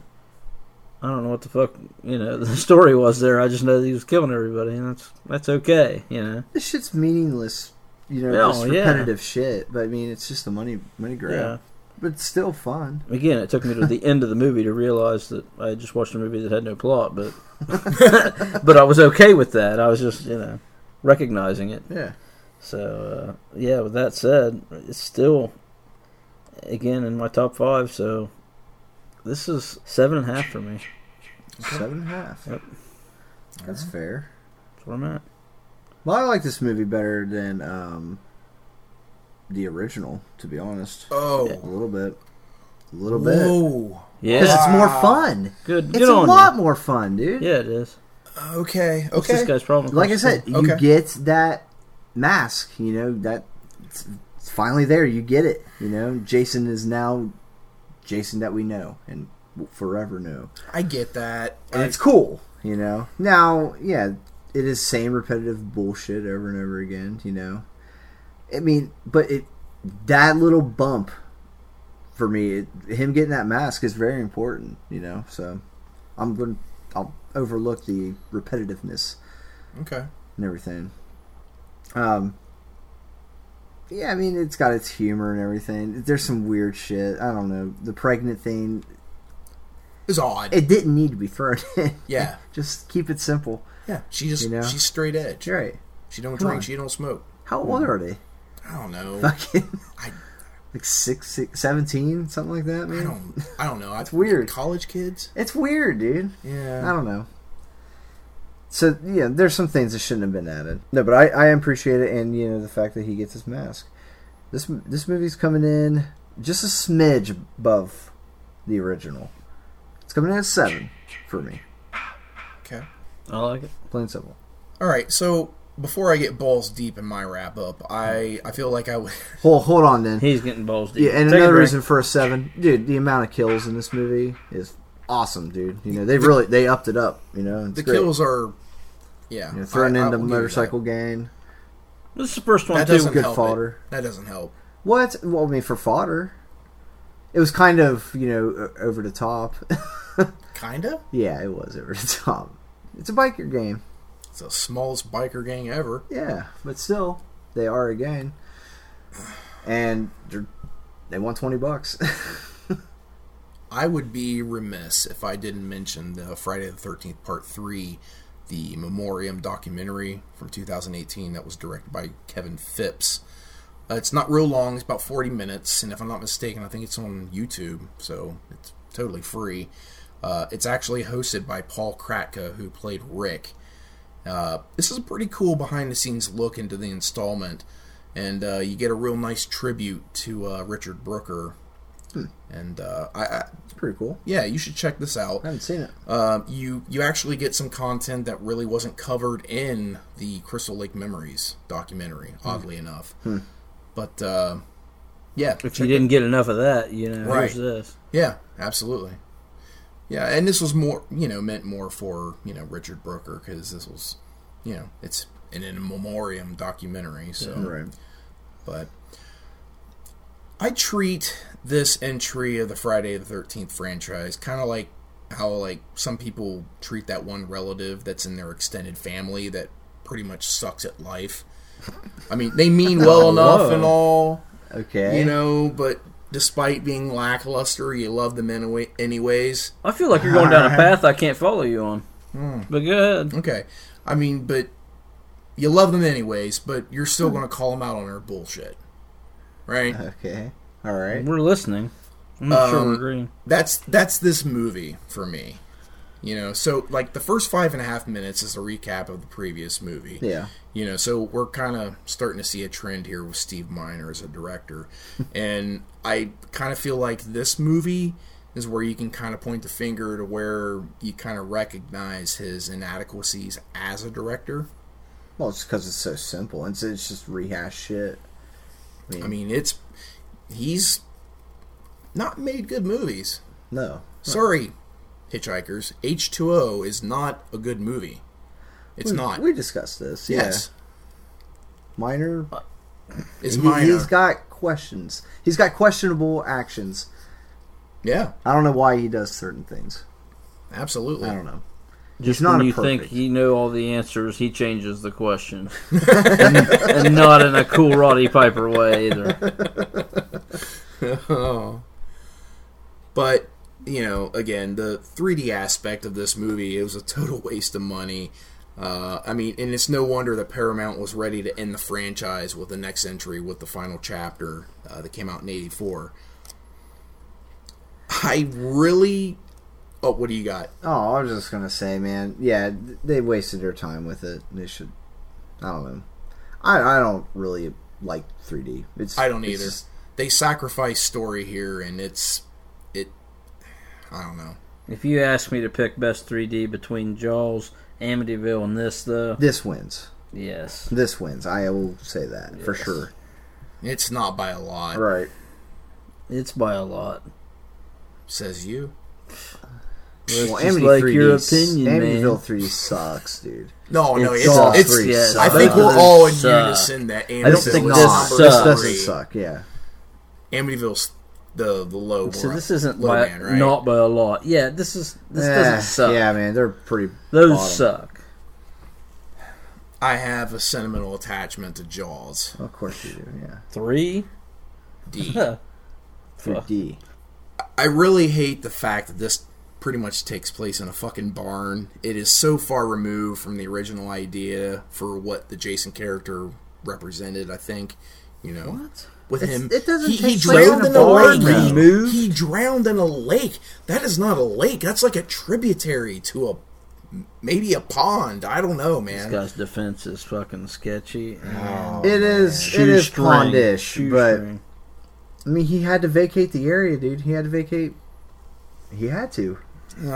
B: I don't know what the fuck you know the story was there. I just know that he was killing everybody, and that's that's okay, you know.
E: This shit's meaningless. You know,
B: No,
E: just
B: Oh, yeah.
E: repetitive shit. But I mean, it's just a money money grab.
B: Yeah.
E: But it's still fun.
B: Again, it took me to the end of the movie to realize that I had just watched a movie that had no plot, but but I was okay with that. I was just you know recognizing it.
E: Yeah.
B: So uh, yeah, with that said, it's still again in my top five. So this is seven and a half for me.
E: Seven and a half.
B: Yep.
E: That's fair.
B: That's where I'm at.
E: Well, I like this movie better than um, the original, to be honest. A
A: Oh,
E: little bit. A little bit.
A: whoa.
E: Because
B: Yeah,
E: it's more
A: Wow.
E: fun.
B: good.
E: It's
B: good
E: a
B: on
E: lot more fun, dude.
B: you. Yeah, it is.
A: Okay,
B: What's
A: okay.
B: this guy's problem?
E: Like I said, you
A: Okay.
E: get that mask, you know, that it's it's finally there. You get it, you know. Jason is now Jason that we know and will forever know.
A: I get that.
E: And it's cool, you know. Now, yeah, it is same repetitive bullshit over and over again, you know. I mean, but it that little bump for me, it, him getting that mask is very important, you know. So I'm going to I'll overlook the repetitiveness
A: Okay.
E: and everything. Um, yeah, I mean, it's got its humor and everything. There's some weird shit. I don't know. The pregnant thing,
A: It's odd.
E: it didn't need to be thrown in.
A: Yeah.
E: Just keep it simple.
A: yeah. She just
E: You know?
A: she's straight edge.
E: Jerry,
A: She don't
E: Come
A: drink.
E: on.
A: She don't smoke.
E: how old are they?
A: I don't know.
E: Fucking
A: Mm. I,
E: like six, six, 17, something like that,
A: I
E: man.
A: don't. I don't know. It's
E: weird.
A: College kids.
E: It's weird, dude. I
A: Yeah.
E: don't know. So yeah, there's some things that shouldn't have been added. No, but I, I appreciate it, and you know the fact that he gets his mask. This this movie's coming in just a smidge above the original. It's coming in at seven for me,
A: Okay.
B: I like it.
E: plain and simple.
A: All right. So before I get balls deep in my wrap up, I I feel like I would.
E: Hold hold on then.
B: He's getting balls deep.
E: Yeah, and
B: Take a
E: another
B: break.
E: reason for a seven, dude. The amount of kills in this movie is awesome, dude. You know they really they upped it up. You know it's
A: The
E: great.
A: kills are. Yeah.
E: you know, thrown
A: I- I
E: into
A: will give you that.
E: motorcycle gang.
B: This is the first one
A: That
B: too.
A: doesn't
E: good
A: help. it.
E: fodder.
A: That doesn't help.
E: What? Well, I mean, for fodder, it was kind of you know o- over the top.
A: Kinda.
E: yeah, it was over the top. It's a biker game.
A: It's the smallest biker gang ever.
E: Yeah, but still, they are a gang, and they're, they want twenty bucks.
A: I would be remiss if I didn't mention the Friday the 13th Part 3, the Memoriam documentary from 2018 that was directed by Kevin Phipps. Uh, it's not real long, it's about 40 minutes, and if I'm not mistaken, I think it's on YouTube, so it's totally free. Uh, it's actually hosted by Paul Kratka, who played Rick. Uh, this is a pretty cool behind the scenes look into the installment, and uh, you get a real nice tribute to uh, Richard Brooker. And uh, I, I,
E: it's pretty cool.
A: yeah, you should check this out.
E: I haven't seen it.
A: Uh, you you actually get some content that really wasn't covered in the Crystal Lake Memories documentary,
B: Hmm.
A: oddly enough. But uh, yeah,
B: If you didn't get enough of that, you know,
A: Right.
B: here's this.
A: yeah, absolutely. Yeah, and this was more you know meant more for you know Richard Brooker because this was you know it's an in memoriam documentary, so
E: Right.
A: but I treat this entry of the Friday the Thirteenth franchise kind of like how like some people treat that one relative that's in their extended family that pretty much sucks at life. I mean, they mean well enough and all,
E: Okay.
A: you know, but despite being lackluster, you love them anyway. Anyways,
B: I feel like you're going down a path I can't follow you on.
E: Hmm.
B: But go ahead.
A: okay. I mean, but you love them anyways, but you're still going to call them out on their bullshit, right?
E: Uh-huh. Okay. All right.
B: We're listening. I'm not sure
A: Um,
B: we're agreeing.
A: that's that's this movie for me you know so like the first five and a half minutes is a recap of the previous movie
E: Yeah.
A: you know so we're kind of starting to see a trend here with steve miner as a director and i kind of feel like this movie is where you can kind of point the finger to where you kind of recognize his inadequacies as a director.
E: Well, it's because it's so simple. It's it's just rehash shit.
A: I mean, it's he's not made good movies.
E: No,
A: Sorry, Hitchhikers. H2O is not a good movie. It's
E: we,
A: not.
E: We discussed this. Yeah.
A: yes.
E: minor.
A: It's
E: he,
A: minor.
E: He's got questions. He's got questionable actions.
A: yeah,
E: I don't know why he does certain things.
A: absolutely.
E: I don't know.
B: Just
E: not
B: when
E: a
B: you
E: perfect.
B: think you know all the answers, he changes the question, and, and not in a cool Roddy Piper way either.
A: oh. But, you know, again, the 3D aspect of this movie, it was a total waste of money. Uh, I mean, and it's no wonder that Paramount was ready to end the franchise with the next entry with the final chapter uh, that came out in 84. I really. Oh, what do you got?
E: Oh, I was just gonna say, man. Yeah, th- they wasted their time with it. They should. I don't know. I I don't really like 3D. It's
A: I don't
E: it's
A: either.
E: just-
A: They sacrifice story here, and it's. It. I don't know.
B: If you ask me to pick best 3D between Jaws, Amityville, and this, though,
E: this wins.
B: yes,
E: This wins. I will say that for sure.
A: It's not by a lot,
E: Right.
B: it's by a lot.
A: says you.
B: It's
E: well,
B: just
E: Amity
B: like
E: 3D,
B: your opinion, man.
E: Amityville 3 sucks, dude.
A: No, no,
B: It
A: it's
B: sucks.
A: it's.
B: Yes.
A: I
B: Both
A: think
B: of
A: we're
B: them
A: all in
B: suck.
A: unison that Amityville
B: I don't think
A: is
B: this
E: not.
A: number
B: sucks.
E: This doesn't
A: three.
E: suck. Yeah.
A: Amityville's the the low.
B: So
A: bro-
B: this isn't
A: low
B: by,
A: man, right?
B: not by a lot. Yeah, this is this
E: Eh,
B: doesn't suck.
E: Yeah, man, they're pretty.
B: Those
E: bottom.
B: suck.
A: I have a sentimental attachment to Jaws.
E: Of course you do. Yeah.
B: Three.
A: D.
E: Through D.
A: I really hate the fact that this pretty much takes place in a fucking barn. It is so far removed from the original idea for what the Jason character represented. I think, you know, with
E: It's-
A: him,
E: it doesn't
A: he, he
E: take place
A: drowned
E: in
A: in
E: a
A: a
E: barn,
A: lake. He-
B: though.
A: He drowned in a lake. That is not a lake. That's like a tributary to a maybe a pond. I don't know,
B: This
A: man.
B: guy's defense is fucking sketchy. and
E: It is. It is
B: shoestring,
E: pondish, Oh, but
B: shoestring.
E: I mean, he had to vacate the area, dude. He had to vacate. He had to.
A: Ugh,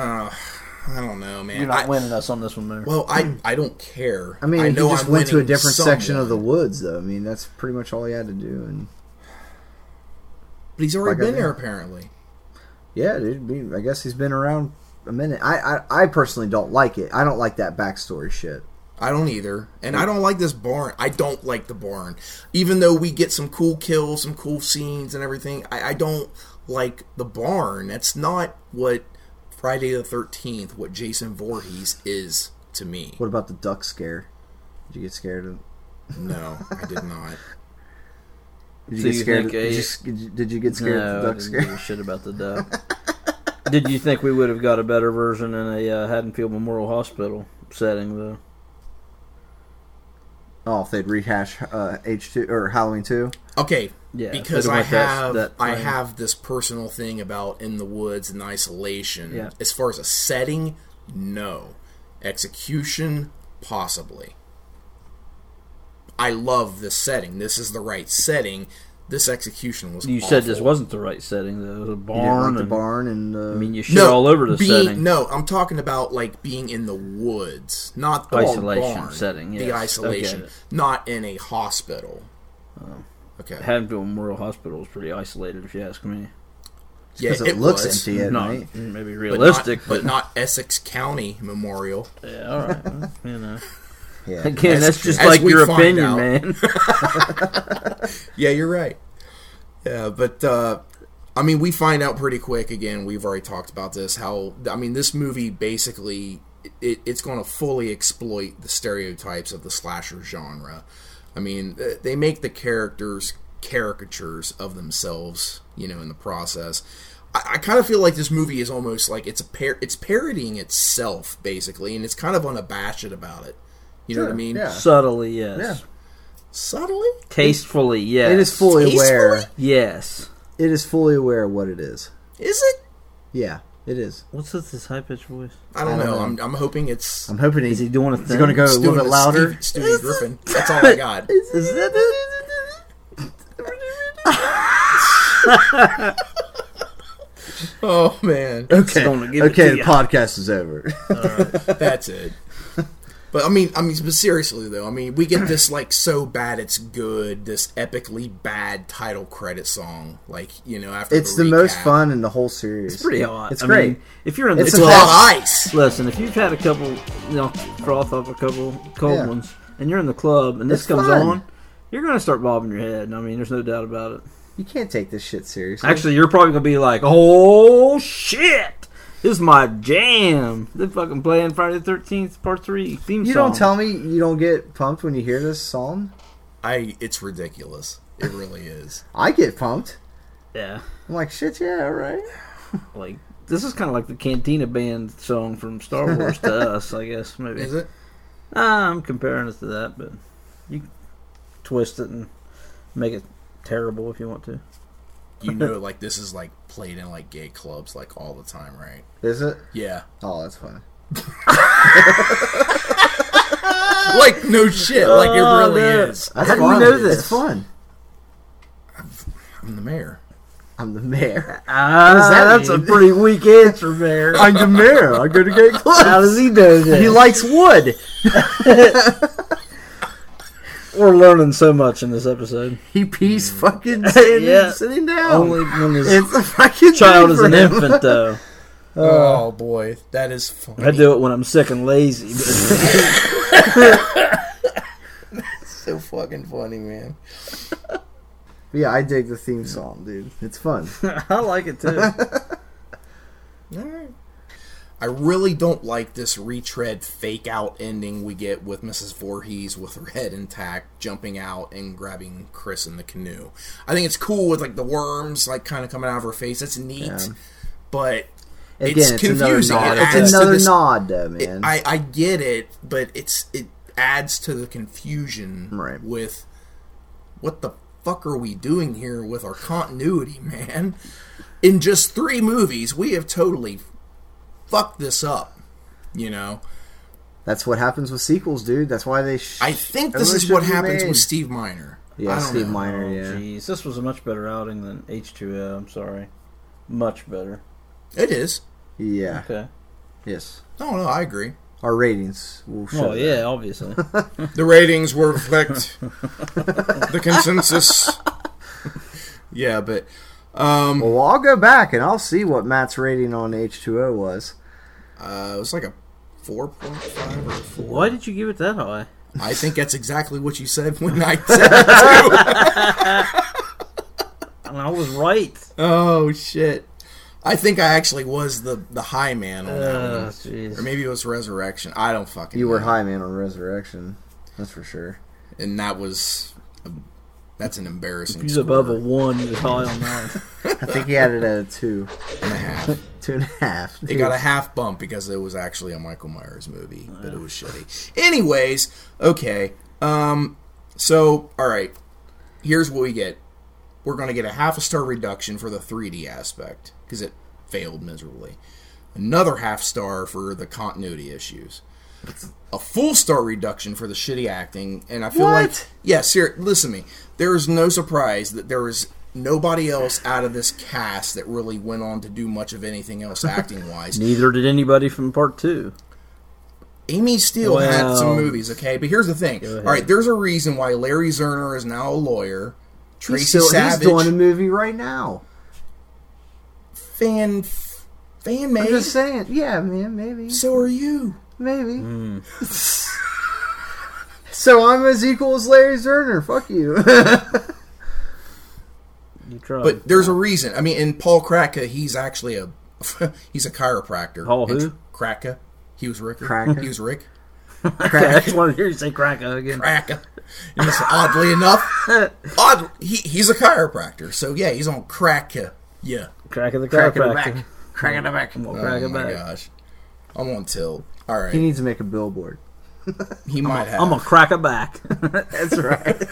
A: I don't know, man.
B: you're not
A: I-
B: winning us on this one, man.
A: well, I I don't care.
E: Hmm. I mean,
A: I know
E: he just
A: I'm
E: went to a
A: winning
E: different section of the
A: someone.
E: woods, though. I mean, that's pretty much all he had to do. And
A: But he's already
E: Like I
A: been there,
E: did.
A: apparently.
E: yeah, dude, we- I guess he's been around a minute. I, I, I personally don't like it. I don't like that backstory shit.
A: I don't either. And I don't like this barn. I don't like the barn. Even though we get some cool kills, some cool scenes and everything, I, I don't like the barn. That's not what Friday the 13th, what Jason Voorhees is to me.
E: What about the duck scare? Did you get scared of?
A: No, I did not.
E: Did you
B: So
E: get
B: you
E: scared?
B: think
E: of, did,
B: a-
E: you, sc- did you- did you get scared of
B: no,
E: the
B: I
E: duck
B: didn't
E: scare?
B: give a shit about the duck. Did you think we would have got a better version in a uh, Haddonfield Memorial Hospital setting, though?
E: Oh, if they'd rehash uh, H two or Halloween two.
A: Okay.
B: Yeah, if
A: because
B: they
A: I
B: went that-
A: have
B: that
A: I
B: plan.
A: have this personal thing about in the woods and isolation.
B: Yeah.
A: As far as a setting, no. Execution, possibly. I love this setting. This is the right setting. This execution was.
B: You said this
A: awful.
B: wasn't the right setting, though. It was a barn.
E: You didn't like the
B: and-
E: barn and. Uh,
B: I mean, you shit
A: no
B: all over the
A: being-
B: setting.
A: No, I'm talking about like being in the woods, not the
B: Isolation
A: barn,
B: setting,
A: The
B: yes.
A: isolation,
B: Okay.
A: not in a hospital.
B: Oh.
A: Okay.
B: Haddonfield Memorial Hospital is pretty isolated, if you ask me.
A: yeah,
E: it, looks
A: was,
E: empty at
B: Not
E: night.
B: maybe
A: but not-
B: realistic,
A: but not Essex County Memorial.
B: yeah, all right. well, you know,
E: Yeah.
B: again,
A: As-
B: that's just
A: as
B: like
A: we
B: your
A: find
B: opinion,
A: out.
B: man.
A: Yeah, you're right. Yeah, but uh, I mean, we find out pretty quick. Again, we've already talked about this. How I mean, this movie basically it, it's going to fully exploit the stereotypes of the slasher genre. I mean, th- they make the characters caricatures of themselves. You know, in the process. I, I kind of feel like this movie is almost like it's a par- it's parodying itself basically, and it's kind of unabashed about it. You know what I
E: Sure,
A: mean?
E: yeah.
B: Subtly, yes.
A: Subtly.
B: Tastefully, yes.
E: It is fully
A: Tastefully?
E: aware.
B: Yes.
E: It is fully aware of what it is.
A: Is it?
E: Yeah, it is.
B: What's with this high pitched voice?
A: I don't, know. I'm, I'm hoping it's
E: I'm hoping
B: Is he
E: he's,
B: doing a
E: he's
B: thing?
E: going to go a
A: Stewie-
E: little bit louder.
A: Stewie, Stewie Griffin. That's all I got.
E: Is that
A: Oh man,
E: Okay.
B: gonna give it
E: Okay,
B: to
E: the
B: ya.
E: podcast is over.
A: that's it. But I mean, I mean, but seriously though, I mean, we get this like so bad it's good, this epically bad title credit song. Like you know, after
E: it's the most
A: recap.
E: fun in the whole series.
B: It's pretty hot.
E: It's
B: I
E: great.
B: mean, if you're in
E: It's
B: the
E: a
A: It's
E: hot
B: club,
A: on ice.
B: listen. If you've had a couple, you know, froth up a couple cold
E: Yeah.
B: ones, and you're in the club, and this
E: It's
B: comes
E: fun.
B: on, you're gonna start bobbing your head. and I mean, there's no doubt about it.
E: you can't take this shit seriously.
B: Actually, you're probably gonna be like, "Oh shit, this is my jam." They're fucking playing Friday the Thirteenth Part Three theme
E: you
B: song.
E: don't tell me you don't get pumped when you hear this song.
A: I. It's ridiculous. It really is.
E: I get pumped.
B: Yeah,
E: I'm like, shit, yeah, all right.
B: like this is kind of like the Cantina Band song from Star Wars to us, I guess. Maybe
A: Is it?
B: Ah, I'm comparing it to that, but you can twist it and make it terrible if you want to.
A: You know, like this is like played in like gay clubs like all the time, right?
E: Is it?
A: Yeah.
E: Oh, that's funny.
A: Like no shit. Like it really
E: Oh,
B: no.
A: is.
E: That's
B: How do you
E: fun.
B: know this?
E: It's fun.
A: I'm the mayor.
E: I'm the mayor.
B: Ah,
E: that
B: that's
E: mean?
B: a pretty weak answer there.
E: I'm the mayor. I go to gay
B: How
E: clubs.
B: does he know this?
E: He likes wood.
B: We're learning so much in this episode.
E: He pees fucking sitting,
B: Yeah.
E: sitting down.
B: Only when his
E: it's a fucking
B: child
E: thing
B: is
E: for
B: an
E: him.
B: infant, though.
A: oh boy, that is funny.
B: I do it when I'm sick and lazy. But
A: so fucking funny, man.
E: Yeah, I dig the theme song, dude. It's fun.
B: I like it too.
E: Oh,
A: I really don't like this retread fake out ending we get with Mrs. Voorhees with her head intact jumping out and grabbing Chris in the canoe. I think it's cool with like the worms like kind of coming out of her face. That's neat, but
E: Again,
A: It's
E: it's,
A: confusing.
E: another nod.
A: It adds
E: it's
A: to
E: another
A: this-
E: nod, though, man.
A: I I get it, but it's it adds to the confusion
E: Right.
A: with what the fuck are we doing here with our continuity, man? In just three movies, we have totally fucked this up. You know,
E: That's what happens with sequels, dude. That's why they. Sh-
A: I think this
E: Everyone
A: is what
E: should be
A: happens
E: made.
A: with Steve Miner. I
E: Yeah,
A: don't
E: Steve
A: know.
E: Miner.
B: Oh,
E: Yeah,
B: Jeez, this was a much better outing than H2O. I'm sorry, much better.
A: It is.
E: yeah,
B: Okay.
E: yes.
A: No, no, I agree.
E: Our ratings will show.
B: Oh
E: that.
B: yeah, obviously.
A: The ratings will reflect the consensus. yeah, but um,
E: Well, I'll go back and I'll see what Matt's rating on H2O was.
A: uh, it was like a four point five or four.
B: Why did you give it that high?
A: I think that's exactly what you said when I said it too.
B: And I was right.
A: oh shit! I think I actually was the the high man
E: Uh,
A: on that
B: Oh,
A: one,
B: jeez.
A: or maybe it was Resurrection. I don't fucking.
E: You were
A: know.
E: high man on Resurrection, that's for sure.
A: and that was that's an embarrassing.
B: He's
A: score
B: above a one. He was high on that.
E: I think he had it at a two,
A: and a half.
E: two and a half.
A: It got a half bump because it was actually a Michael Myers movie, but it was shitty. Anyways, okay. Um, so all right, here's what we get. We're gonna get a half a star reduction for the 3D aspect because it failed miserably. Another half star for the continuity issues. A full star reduction for the shitty acting, and I feel like
E: What?
A: yeah, sir. Listen to me. There is no surprise that there is nobody else out of this cast that really went on to do much of anything else acting wise.
B: Neither did anybody from part two.
A: Amy Steele had some
B: Well-
A: movies, okay? But here's the thing. All
B: ahead.
A: right, there's a reason why Larry Zerner is now a lawyer. Tracy
E: He's, still, he's
A: Savage,
E: doing a movie right now.
A: fan, fan
E: I'm
A: made.
E: just saying. Yeah, man, maybe,
A: So Hmm. are you.
E: maybe. so I'm as equal as Larry Zerner. Fuck you.
B: You tried.
A: But there's a reason. I mean, and Paul Kraka, he's actually a he's a chiropractor.
B: Paul who?
A: And Kraka. He was Rick.
E: Kraka?
A: He was Rick.
B: I just wanted to hear you say crack again.
A: Kraka. And it's oddly enough, odd, he, he's a chiropractor. So yeah, he's on Kraka. Yeah.
B: Crack of the
E: Crack in the
B: chiropractor.
E: back. Crack in the back.
B: I'm gonna
A: Oh
B: crack it
A: my
B: back.
A: gosh. I'm on tilt. All
E: He
A: right.
E: needs to make a billboard.
A: He might have.
B: I'm gonna crack it back.
E: That's right.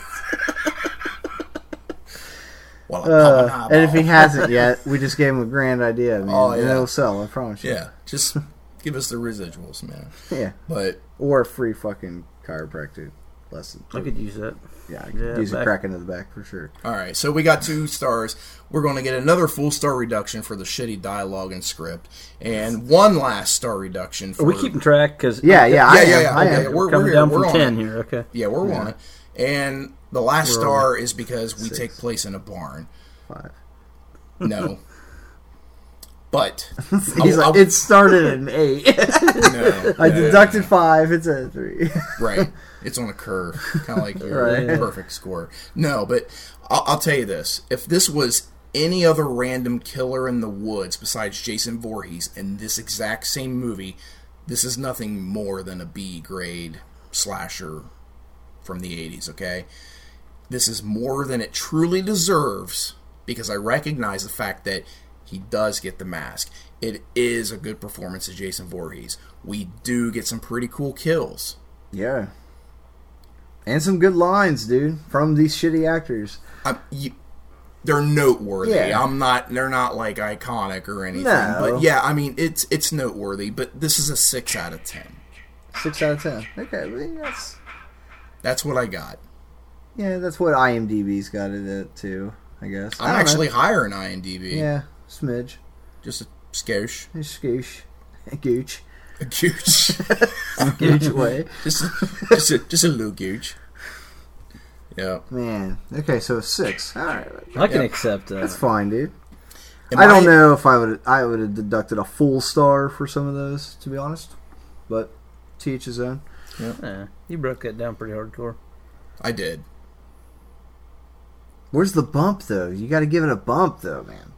A: Well, I'm popping eyeballs.
E: uh, and if he hasn't yet, we just gave him a grand idea, man.
A: Oh,
E: And
A: yeah.
E: it'll sell, I promise you.
A: Yeah, just give us the residuals, man.
E: Yeah.
A: But
E: Or a free fucking chiropractic. less than
B: I
E: two.
B: could use that.
E: yeah, I could
B: yeah,
E: use a
B: back-
E: crack into the back for sure.
A: All right, so we got two stars. We're going to get another full star reduction for the shitty dialogue and script, and one last star reduction. For,
B: Are we keeping track? Cause
E: Yeah, yeah, I
A: Yeah,
E: am,
A: yeah, yeah.
E: I
A: okay, We're,
E: am.
A: we're
B: coming
A: here,
B: down
A: we're
B: from
A: on
B: ten
A: it.
B: here. Okay.
A: Yeah, we're on it. And the last
B: We're on
A: star is because we
E: Six.
A: take place in a barn.
E: Five.
A: No. but
E: He's
A: I'll-
E: like, it started at an eight.
A: no,
E: I
A: no, no,
E: deducted five. It's at a three.
A: Right. It's on a curve, kind of like your
E: Right.
A: perfect score. No, but I'll, I'll tell you this: if this was any other random killer in the woods besides Jason Voorhees in this exact same movie, this is nothing more than a B grade slasher from the '80s. Okay, this is more than it truly deserves because I recognize the fact that he does get the mask. It is a good performance of Jason Voorhees. We do get some pretty cool kills.
E: yeah. And some good lines, dude, from these shitty actors.
A: I'm, you, they're noteworthy.
E: Yeah.
A: I'm not. They're not like iconic or anything.
E: No.
A: But yeah, I mean, it's it's noteworthy. But this is a six out of ten.
E: Six out of ten. Okay, well, yeah, that's
A: That's what I got.
E: yeah, that's what IMDb's got it at too. I guess.
A: I'm
E: I don't know.
A: actually higher in IMDb.
E: yeah, smidge,
A: Just a skosh,
E: a scoosh, a gooch,
A: a gooch,
E: gooch way.
A: just just a, just a little gooch. Yeah.
E: Man, okay, so six. All right,
B: I can
A: Yeah.
B: accept that.
E: that's fine, dude.
A: Am
E: I don't know if I would I would have deducted a full star for some of those, to be honest. But to each his own.
B: Yeah, you broke that down pretty hardcore.
A: I did.
E: Where's the bump though? You got to give it a bump though, man.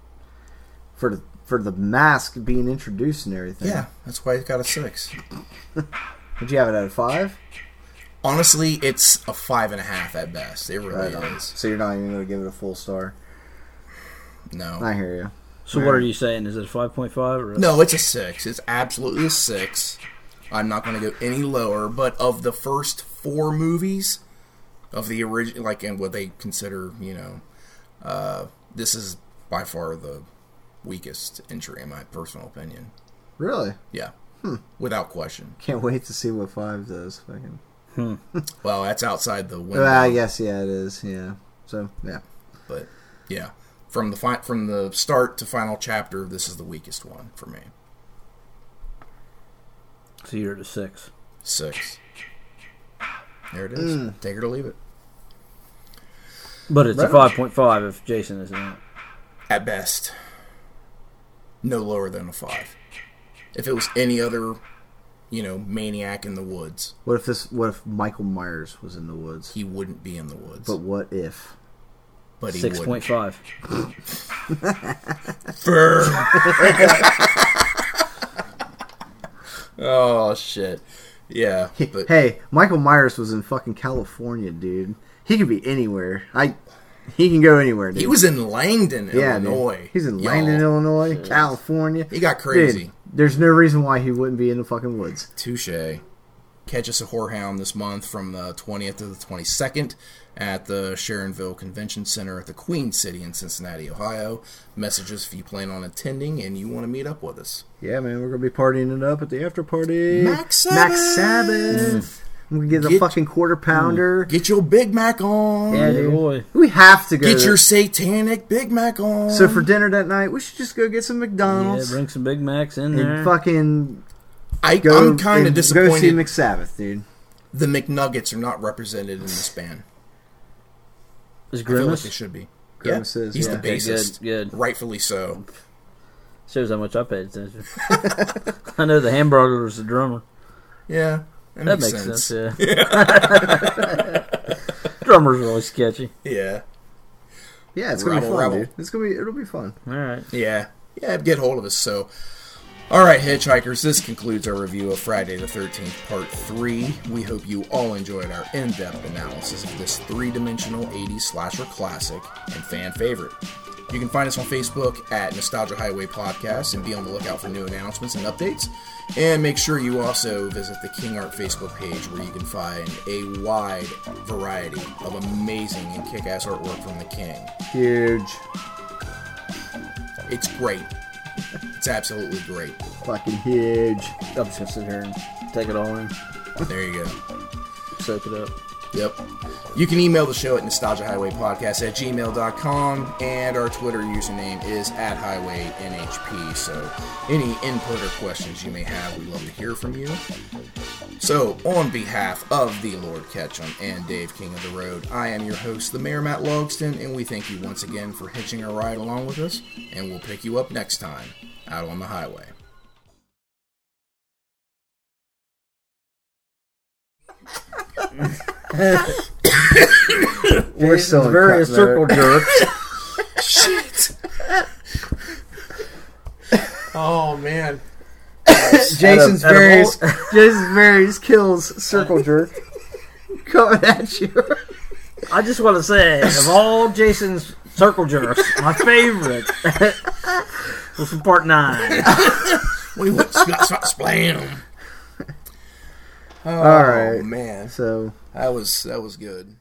E: For the for the mask being introduced and everything.
A: Yeah. That's why I got a six.
E: Would you have it at a five?
A: Honestly, it's a five and a half at best. It really
E: Right on.
A: is.
E: So you're not even going to give it a full star.
A: No.
E: I hear you.
B: So what are you saying? Is it five point five or a-
A: No, it's a six. It's absolutely a six. I'm not going to go any lower. But of the first four movies of the original, like, and what they consider, you know, uh, this is by far the weakest entry, in my personal opinion.
E: Really?
A: Yeah, without question.
E: Can't wait to see what five does. Fucking.
A: Well, that's outside the window,
E: Well, I guess yeah, it is. Yeah. So yeah.
A: but yeah, from the fi- from the start to final chapter, this is the weakest one for me.
B: So you're at a six.
A: Six. There it is. Take it or leave it.
B: But it's a
E: Right.
B: five point five if Jason is in it.
A: at best. No lower than a five. If it was any other, you know, maniac in the woods,
E: What if this? What if Michael Myers was in the woods?
A: he wouldn't be in the woods. But,
E: But what if?
A: he
B: Six point
A: would.
B: five.
A: oh shit. Yeah. But
E: hey, Michael Myers was in fucking California, dude. He could be anywhere. I. He can go anywhere. Dude.
A: he was in Langdon,
E: yeah, dude.
A: Illinois.
E: He's in
A: y'all.
E: Langdon, Illinois, California.
A: He got crazy.
E: Dude, there's no reason why he wouldn't be in the fucking woods.
A: Touche. Catch us a whorehound this month from the 20th to the 22nd at the Sharonville Convention Center at the Queen City in Cincinnati, Ohio. Message us if you plan on attending and you want to meet up with us.
E: Yeah, man, we're gonna be partying it up at the after party.
A: Max
E: Max
A: Sabbath.
E: Sabbath. I'm gonna get, Mm. a
A: Get-
E: fucking quarter pounder.
A: Get your Big Mac on.
E: Yeah,
B: Hey,
E: dude.
B: boy.
E: We have to go.
A: Get
E: to-
A: your satanic Big Mac on.
E: so for dinner that night, we should just go get some
B: Yeah,
E: McDonald's
B: bring some Big Macs in there.
E: and fucking
A: I,
E: go.
A: I'm kind of
E: and Go see
A: disappointed
E: McSabbath, dude.
A: the McNuggets are not represented in this band.
B: Is
A: I feel like
B: Grimace?
A: they should be.
E: Grimace
A: yeah.
E: is,
A: He's
E: yeah.
A: the
E: Okay,
B: good,
A: bassist.
B: good.
A: Rightfully so.
B: Shows how much I paid attention. I know the hamburger was the drummer.
A: Yeah. That,
B: That
A: makes,
B: makes sense.
A: sense.
B: yeah. Drummers are always sketchy.
A: Yeah.
E: Yeah, it's gonna
A: Rabble,
E: be fun,
A: rabble.
E: dude. It's gonna be it'll be fun.
B: All right.
A: Yeah. Yeah, get hold of us. So, all right, hitchhikers, this concludes our review of Friday the 13th, Part 3. We hope you all enjoyed our in depth analysis of this three dimensional 80s slasher classic and fan favorite. You can find us on Facebook at Nostalgia Highway Podcast and be on the lookout for new announcements and updates. And make sure you also visit the King Art Facebook page where you can find a wide variety of amazing and kick ass artwork from the King.
E: Huge,
A: It's great. It's absolutely great.
E: fucking huge.
B: I'm just going to sit here and take it all in,
A: There you go.
B: soak it up.
A: Yep. You can email the show at nostalgiahighwaypodcast at gmail.com, and our Twitter username is at highwaynhp. So, any input or questions you may have, we'd love to hear from you. So, on behalf of the Lord Ketchum and Dave King of the Road, I am your host, the Mayor Matt Logston, and we thank you once again for hitching a ride along with us, and we'll pick you up next time out on the highway.
E: We're still in
B: various
E: cut mode.
B: circle jerks.
A: Oh, man.
E: Jason's
B: At a- at a
E: various Jason's various kills circle jerk coming at you.
B: I just want to say, of all Jason's circle jerks, my favorite was from part nine.
A: We went smash, smash, splam. Oh,
E: All right.
A: man.
E: So
A: That was that was good.